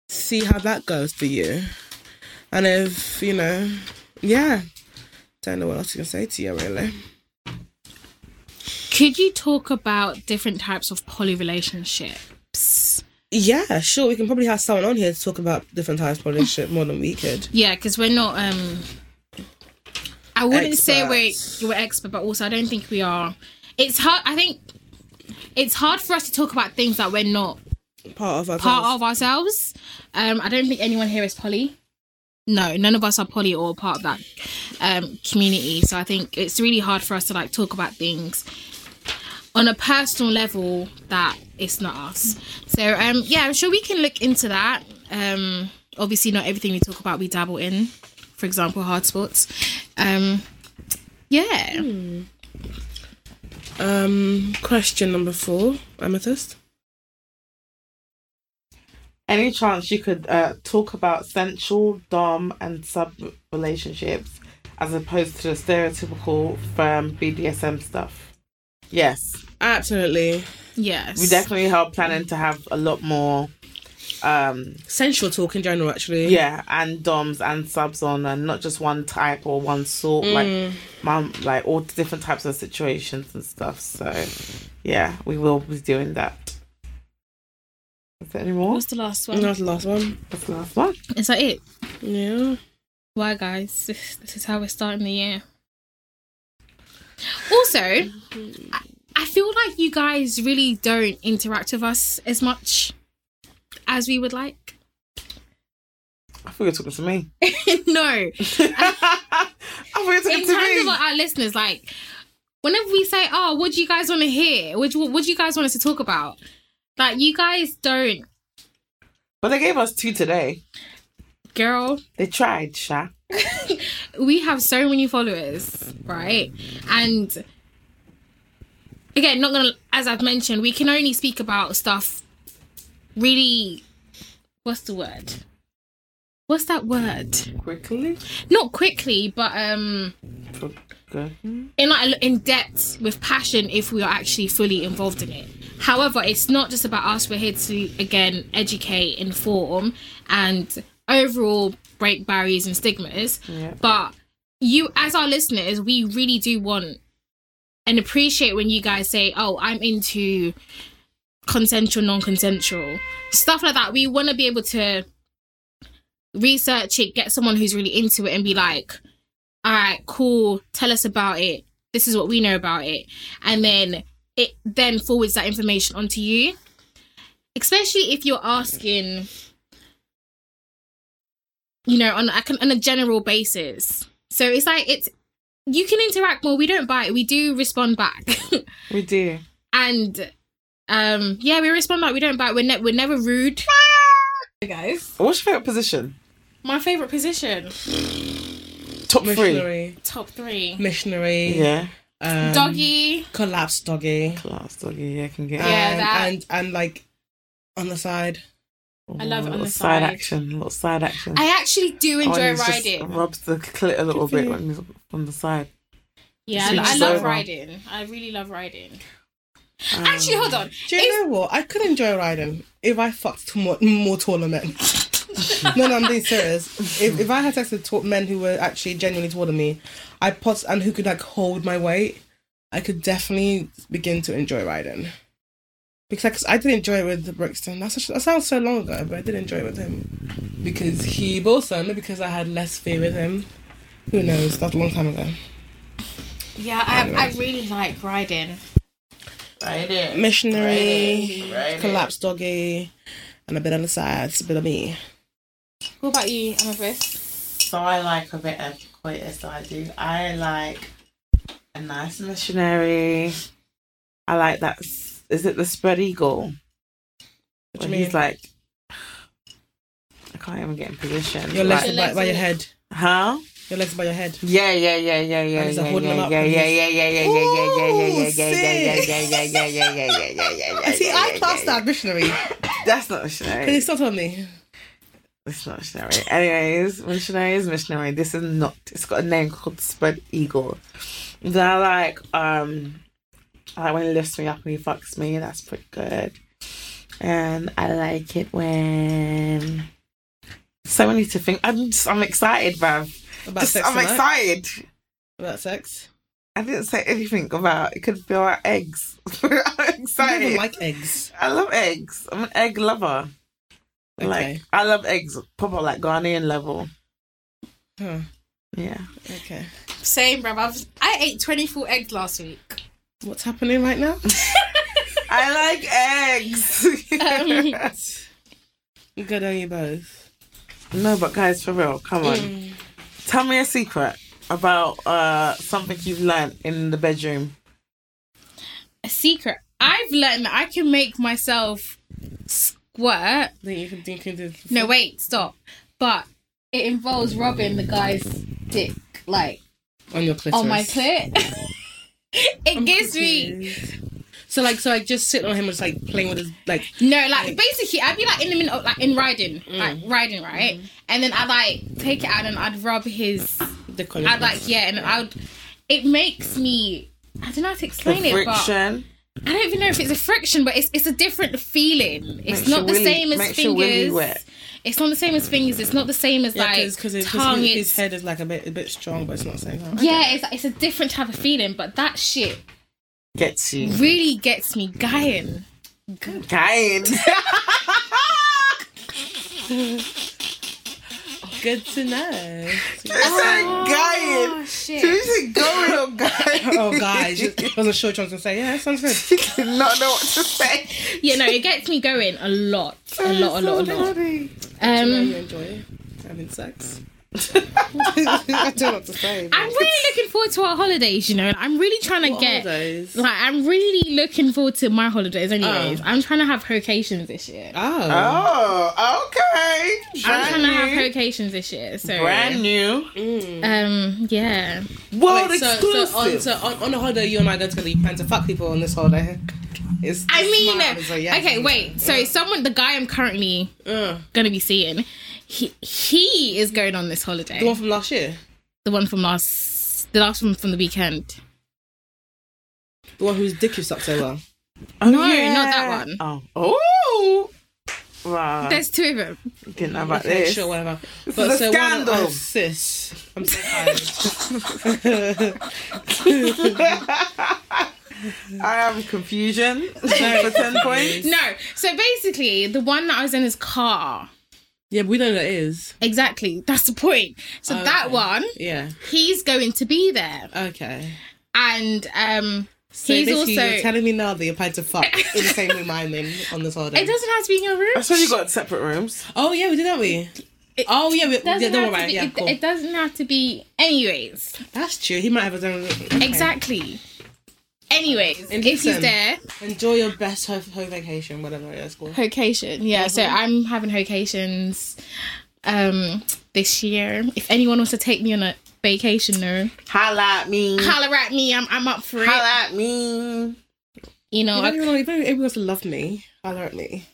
[SPEAKER 3] see how that goes for you and if you know yeah don't know what else you can say to you really
[SPEAKER 4] Could you talk about different types of poly relationships?
[SPEAKER 3] yeah sure we can probably have someone on here to talk about different types of relationship more than we could
[SPEAKER 4] Yeah, because we're not. um I wouldn't say
[SPEAKER 3] Experts.
[SPEAKER 4] we're we're expert, but also I don't think we are. It's hard. I think it's hard for us to talk about things that we're not
[SPEAKER 3] part of our
[SPEAKER 4] part of ourselves. Um, I don't think anyone here is poly. No, none of us are poly or part of that um, community. So I think it's really hard for us to like talk about things on a personal level that it's not us. So um, yeah, I'm sure we can look into that. Um, obviously, not everything we talk about we dabble in. For example, hard sports. Um, yeah.
[SPEAKER 3] um question number four amethyst
[SPEAKER 2] Any chance you could uh, talk about sensual, dom, and sub relationships as opposed to the stereotypical firm BDSM stuff? Yes,
[SPEAKER 3] absolutely
[SPEAKER 4] Yes.
[SPEAKER 2] we definitely are planning to have a lot more. Um,
[SPEAKER 3] sensual talk in general actually
[SPEAKER 2] yeah, and doms and subs on, and not just one type or one sort.
[SPEAKER 3] Mm,
[SPEAKER 2] Like, mum, like all the different types of situations and stuff. So, yeah, we will be doing that. Is there any more?
[SPEAKER 4] What's the last one?
[SPEAKER 3] And that's the last one
[SPEAKER 2] That's the last one.
[SPEAKER 4] Is that it?
[SPEAKER 3] yeah
[SPEAKER 4] Why, guys? This, this is how we're starting the year. Also, I, I feel like you guys really don't interact with us as much as we would like.
[SPEAKER 2] I thought you were talking to me.
[SPEAKER 4] no,
[SPEAKER 2] I thought you were talking
[SPEAKER 4] in
[SPEAKER 2] to
[SPEAKER 4] terms
[SPEAKER 2] me.
[SPEAKER 4] of like, our listeners, like whenever we say, "Oh, what do you guys want to hear? What do, you- what do you guys want us to talk about?" Like you guys don't,
[SPEAKER 2] But they gave us two today.
[SPEAKER 4] girl.
[SPEAKER 2] They tried, Sha.
[SPEAKER 4] we have so many followers, right? And again, not gonna as I've mentioned, we can only speak about stuff really what's the word? What's that word?
[SPEAKER 2] Quickly.
[SPEAKER 4] Not quickly, but um
[SPEAKER 2] Good.
[SPEAKER 4] in like in depth with passion if we are actually fully involved in it. However, it's not just about us. We're here to again educate, inform, and overall break barriers and stigmas.
[SPEAKER 2] Yeah.
[SPEAKER 4] But you, as our listeners, we really do want and appreciate when you guys say, "Oh, I'm into consensual, non-consensual stuff like that." We want to be able to research it, get someone who's really into it, and be like, all right, cool, tell us about it. This is what we know about it. And then it then forwards that information onto you. Especially if you're asking, you know, on like, on a general basis. So it's like it's you can interact more. We don't bite. We do respond back,
[SPEAKER 2] We do.
[SPEAKER 4] and um yeah, we respond back. We don't bite. We're ne- we're never rude. guys,
[SPEAKER 2] What's your favorite position?
[SPEAKER 4] my favorite position,
[SPEAKER 2] Top three.
[SPEAKER 3] missionary
[SPEAKER 4] top three,
[SPEAKER 3] missionary
[SPEAKER 2] Yeah.
[SPEAKER 3] um,
[SPEAKER 4] doggy.
[SPEAKER 3] collapse doggy Um,
[SPEAKER 2] Class doggy. Yeah, I can get.
[SPEAKER 4] Yeah,
[SPEAKER 3] and,
[SPEAKER 4] that-
[SPEAKER 3] and and like on the side
[SPEAKER 4] I love it on
[SPEAKER 2] little
[SPEAKER 4] the
[SPEAKER 2] side
[SPEAKER 4] side.
[SPEAKER 2] action, little side action.
[SPEAKER 4] I actually do
[SPEAKER 2] Oh, and
[SPEAKER 4] enjoy
[SPEAKER 2] he just
[SPEAKER 4] riding.
[SPEAKER 2] Rubs the clit a little bit when he's on the side.
[SPEAKER 4] yeah,
[SPEAKER 2] It's
[SPEAKER 4] I, I
[SPEAKER 2] just
[SPEAKER 4] love
[SPEAKER 2] over.
[SPEAKER 4] riding. I really love riding.
[SPEAKER 2] Um,
[SPEAKER 4] Actually, hold on.
[SPEAKER 3] Do you know what? I could enjoy riding if I fucked to more, more taller men. no, no, I'm being serious. If, if I had sex with tall men who were actually genuinely taller than me, I pos- and who could like hold my weight, I could definitely begin to enjoy riding. Because like, 'cause I did enjoy it with Brixton. That's such, that sounds so long ago, but I did enjoy it with him because he but also maybe because I had less fear with him. Who knows? That's a long time ago.
[SPEAKER 4] Yeah, I, I really like riding.
[SPEAKER 3] Missionary, collapse doggy, and a bit on the sides, a bit of me.
[SPEAKER 4] What about you, Amethyst?
[SPEAKER 2] So I like a bit of quite as I do. I like a nice missionary. I like that. s- Is it the spread eagle?
[SPEAKER 3] What do
[SPEAKER 2] When
[SPEAKER 3] you
[SPEAKER 2] he's
[SPEAKER 3] mean?
[SPEAKER 2] like, I can't even get in position.
[SPEAKER 3] Your legs
[SPEAKER 4] Your
[SPEAKER 3] are
[SPEAKER 4] legs
[SPEAKER 3] by, by
[SPEAKER 4] are-
[SPEAKER 3] your head.
[SPEAKER 2] huh?
[SPEAKER 3] Your legs are by your head.
[SPEAKER 2] Yeah, yeah, yeah, yeah, yeah, yeah,
[SPEAKER 3] he's,
[SPEAKER 2] yeah,
[SPEAKER 3] like, holding them
[SPEAKER 2] yeah,
[SPEAKER 3] up
[SPEAKER 2] yeah, yeah,
[SPEAKER 3] with
[SPEAKER 2] yeah,
[SPEAKER 3] his-
[SPEAKER 2] yeah, yeah, yeah, yeah, yeah, yeah, yeah,
[SPEAKER 3] Ooh,
[SPEAKER 2] yeah,
[SPEAKER 3] sick.
[SPEAKER 2] yeah, yeah, yeah, yeah, yeah, yeah, yeah, yeah, yeah,
[SPEAKER 3] See,
[SPEAKER 2] yeah,
[SPEAKER 3] I
[SPEAKER 2] yeah,
[SPEAKER 3] classed
[SPEAKER 2] yeah,
[SPEAKER 3] that missionary.
[SPEAKER 2] yeah. That's not missionary.
[SPEAKER 3] Can you stop on me?
[SPEAKER 2] It's not missionary. Anyways, missionary is missionary. This is not. It's got a name called spread eagle. Then I like um, I like when he lifts me up and he fucks me. That's pretty good. And I like it when so many to think. I'm just, I'm excited, bruv.
[SPEAKER 3] About
[SPEAKER 2] Just,
[SPEAKER 3] sex
[SPEAKER 2] I'm
[SPEAKER 3] tonight?
[SPEAKER 2] excited.
[SPEAKER 3] About sex?
[SPEAKER 2] I didn't say anything about it. Could be about eggs. I'm
[SPEAKER 3] I
[SPEAKER 2] excited.
[SPEAKER 3] don't even like eggs.
[SPEAKER 2] I love eggs. I'm an egg lover.
[SPEAKER 3] Okay.
[SPEAKER 2] Like I love eggs, proper like Ghanaian level.
[SPEAKER 3] Huh.
[SPEAKER 2] Yeah.
[SPEAKER 3] Okay.
[SPEAKER 4] Same, bruv. I've, I ate 24 eggs last week.
[SPEAKER 3] What's happening right now?
[SPEAKER 2] I like eggs.
[SPEAKER 3] Good on you both.
[SPEAKER 2] no, but guys, for real, come on.
[SPEAKER 4] Mm.
[SPEAKER 2] Tell me a secret about uh, something you've learned in the bedroom.
[SPEAKER 4] A secret. I've learned that I can make myself squirt.
[SPEAKER 3] Think you can, think you can do
[SPEAKER 4] No, wait, stop. But it involves rubbing the guy's dick, like,
[SPEAKER 3] on your clitoris.
[SPEAKER 4] on my clit. it gives me.
[SPEAKER 3] So like, so like, just sitting on him, and just like playing with his like.
[SPEAKER 4] No, like basically, I'd be like in the middle, of, like in riding, like riding, right? And then I'd like take it out and I'd rub his.
[SPEAKER 3] The colour.
[SPEAKER 4] I'd like yeah, and I would. It makes me. I don't know how to
[SPEAKER 2] The
[SPEAKER 4] explain it, but I
[SPEAKER 2] friction.
[SPEAKER 4] don't even know if it's a friction, but it's it's a different feeling. It's
[SPEAKER 2] Makes your
[SPEAKER 4] not the
[SPEAKER 2] willy-
[SPEAKER 4] same as
[SPEAKER 2] makes your willy
[SPEAKER 4] fingers.
[SPEAKER 2] wet.
[SPEAKER 4] It's not the same as fingers. It's not the same as like
[SPEAKER 3] because his,
[SPEAKER 4] tongue.
[SPEAKER 3] his
[SPEAKER 4] It's
[SPEAKER 3] head is like a bit a bit strong, but it's not saying. that.
[SPEAKER 4] yeah, it's it's a different type of feeling. But that shit
[SPEAKER 2] Gets you.
[SPEAKER 4] really gets me going.
[SPEAKER 2] Kind.
[SPEAKER 3] Good to know.
[SPEAKER 2] oh,
[SPEAKER 4] shit.
[SPEAKER 2] She said going on guy.
[SPEAKER 3] oh guys, I wasn't sure what I was gonna say. Yeah, that sounds good.
[SPEAKER 2] She did not know what to say.
[SPEAKER 4] Yeah, no, it gets me going a lot, a lot, a lot, a lot.
[SPEAKER 2] Funny.
[SPEAKER 3] Well,
[SPEAKER 4] Um,
[SPEAKER 3] you enjoy having sex. I don't know what to say.
[SPEAKER 4] I'm really looking forward to our holidays. You know, I'm really trying to get.
[SPEAKER 3] Holidays.
[SPEAKER 4] Like I'm really looking forward to my holidays. Anyways,
[SPEAKER 3] Oh.
[SPEAKER 4] I'm trying to have vocations this year.
[SPEAKER 3] Oh.
[SPEAKER 2] Oh, okay.
[SPEAKER 4] I'm trying
[SPEAKER 2] Brand
[SPEAKER 4] to have
[SPEAKER 2] new.
[SPEAKER 4] vocations this year. So
[SPEAKER 2] Brand new.
[SPEAKER 4] um yeah.
[SPEAKER 2] World
[SPEAKER 3] Wait, so,
[SPEAKER 2] exclusive.
[SPEAKER 3] so, on, so on, on a holiday, you and I go together. You plan to fuck people on this holiday. It's,
[SPEAKER 4] I mean,
[SPEAKER 3] smart, it's like, yeah.
[SPEAKER 4] okay, wait. So someone, the guy I'm currently
[SPEAKER 3] Uh,
[SPEAKER 4] gonna be seeing, he he is going on this holiday.
[SPEAKER 3] the one from last year,
[SPEAKER 4] The one from last, the last one from the weekend.
[SPEAKER 3] the one whose dick you sucked so well.
[SPEAKER 4] No, not that one.
[SPEAKER 2] Oh. Oh. Wow.
[SPEAKER 4] There's two of them.
[SPEAKER 2] Didn't know about
[SPEAKER 3] Okay,
[SPEAKER 2] this.
[SPEAKER 3] sure, whatever.
[SPEAKER 2] is
[SPEAKER 3] But
[SPEAKER 2] a
[SPEAKER 3] so one,
[SPEAKER 2] scandal.
[SPEAKER 3] uh, sis, I'm so tired.
[SPEAKER 2] I have confusion for 10 points.
[SPEAKER 4] No. So basically, the one that I was in his car.
[SPEAKER 3] yeah, but we don't know who it is.
[SPEAKER 4] Exactly. That's the point. So that one,
[SPEAKER 3] Yeah.
[SPEAKER 4] he's going to be there,
[SPEAKER 3] Okay.
[SPEAKER 4] and um,
[SPEAKER 3] So
[SPEAKER 4] he's also.
[SPEAKER 3] basically, you're telling me now that you're planning to fuck in the same room I'm in on this holiday.
[SPEAKER 4] it doesn't have to be in your room.
[SPEAKER 2] That's why you got separate rooms.
[SPEAKER 3] Oh yeah, we did, don't we? oh yeah, we, yeah,
[SPEAKER 4] Doesn't
[SPEAKER 3] don't worry.
[SPEAKER 4] have to
[SPEAKER 3] about it.
[SPEAKER 4] be-
[SPEAKER 3] Yeah,
[SPEAKER 4] it,
[SPEAKER 3] cool.
[SPEAKER 4] it doesn't have to be. Anyways,
[SPEAKER 3] That's true. He might have his own. okay.
[SPEAKER 4] exactly. Anyways,
[SPEAKER 3] And
[SPEAKER 4] if he's
[SPEAKER 3] listen.
[SPEAKER 4] there,
[SPEAKER 3] Enjoy your best ho ho vacation, whatever it's called.
[SPEAKER 4] Hocation. Yeah, so I'm having hocations um this year. If anyone wants to take me on a vacation though,
[SPEAKER 2] Holla at me.
[SPEAKER 4] holler at me. I'm I'm up for it.
[SPEAKER 2] Holla at me.
[SPEAKER 4] You
[SPEAKER 3] If
[SPEAKER 4] know, Oh, I,
[SPEAKER 3] everyone, if everyone wants to love me, holler at me.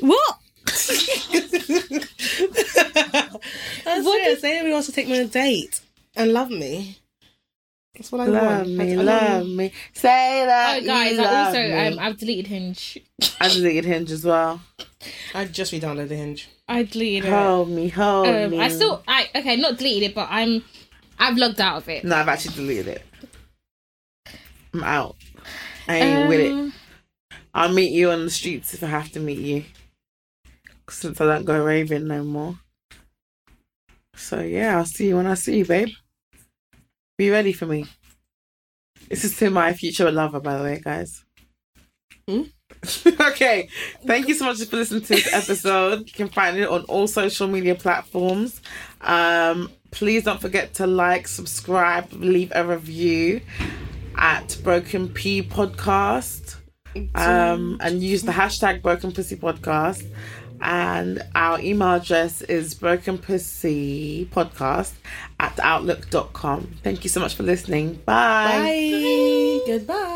[SPEAKER 4] what?
[SPEAKER 3] That's
[SPEAKER 4] What
[SPEAKER 3] it. Say everyone wants to take me on a date and love me. That's what I
[SPEAKER 2] Love
[SPEAKER 3] want.
[SPEAKER 2] me,
[SPEAKER 3] I- I
[SPEAKER 2] love me. Say that.
[SPEAKER 4] Oh, guys,
[SPEAKER 2] you
[SPEAKER 4] I
[SPEAKER 2] love
[SPEAKER 4] also
[SPEAKER 2] me.
[SPEAKER 4] um, I've deleted Hinge.
[SPEAKER 2] I deleted Hinge as well.
[SPEAKER 3] I just re-downloaded Hinge.
[SPEAKER 4] I deleted it.
[SPEAKER 2] Hold me, hold
[SPEAKER 4] um,
[SPEAKER 2] me.
[SPEAKER 4] I still, I okay, not deleted it, but I'm, I've logged out of it.
[SPEAKER 2] No, I've actually deleted it. I'm out. I ain't with it.
[SPEAKER 4] Um,
[SPEAKER 2] I'll meet you on the streets if I have to meet you. Since I don't go raving no more. So yeah, I'll see you when I see you, babe. Be ready for me. This is to my future lover, by the way, guys.
[SPEAKER 3] Hmm?
[SPEAKER 2] okay. Thank you so much for listening to this episode. You can find it on all social media platforms. Um, please don't forget to like, subscribe, leave a review at Broken P Podcast um, and use the hashtag Broken Pussy Podcast. And our email address is Broken Pussy Podcast at outlook.com. Thank you so much for listening. Bye.
[SPEAKER 3] Goodbye.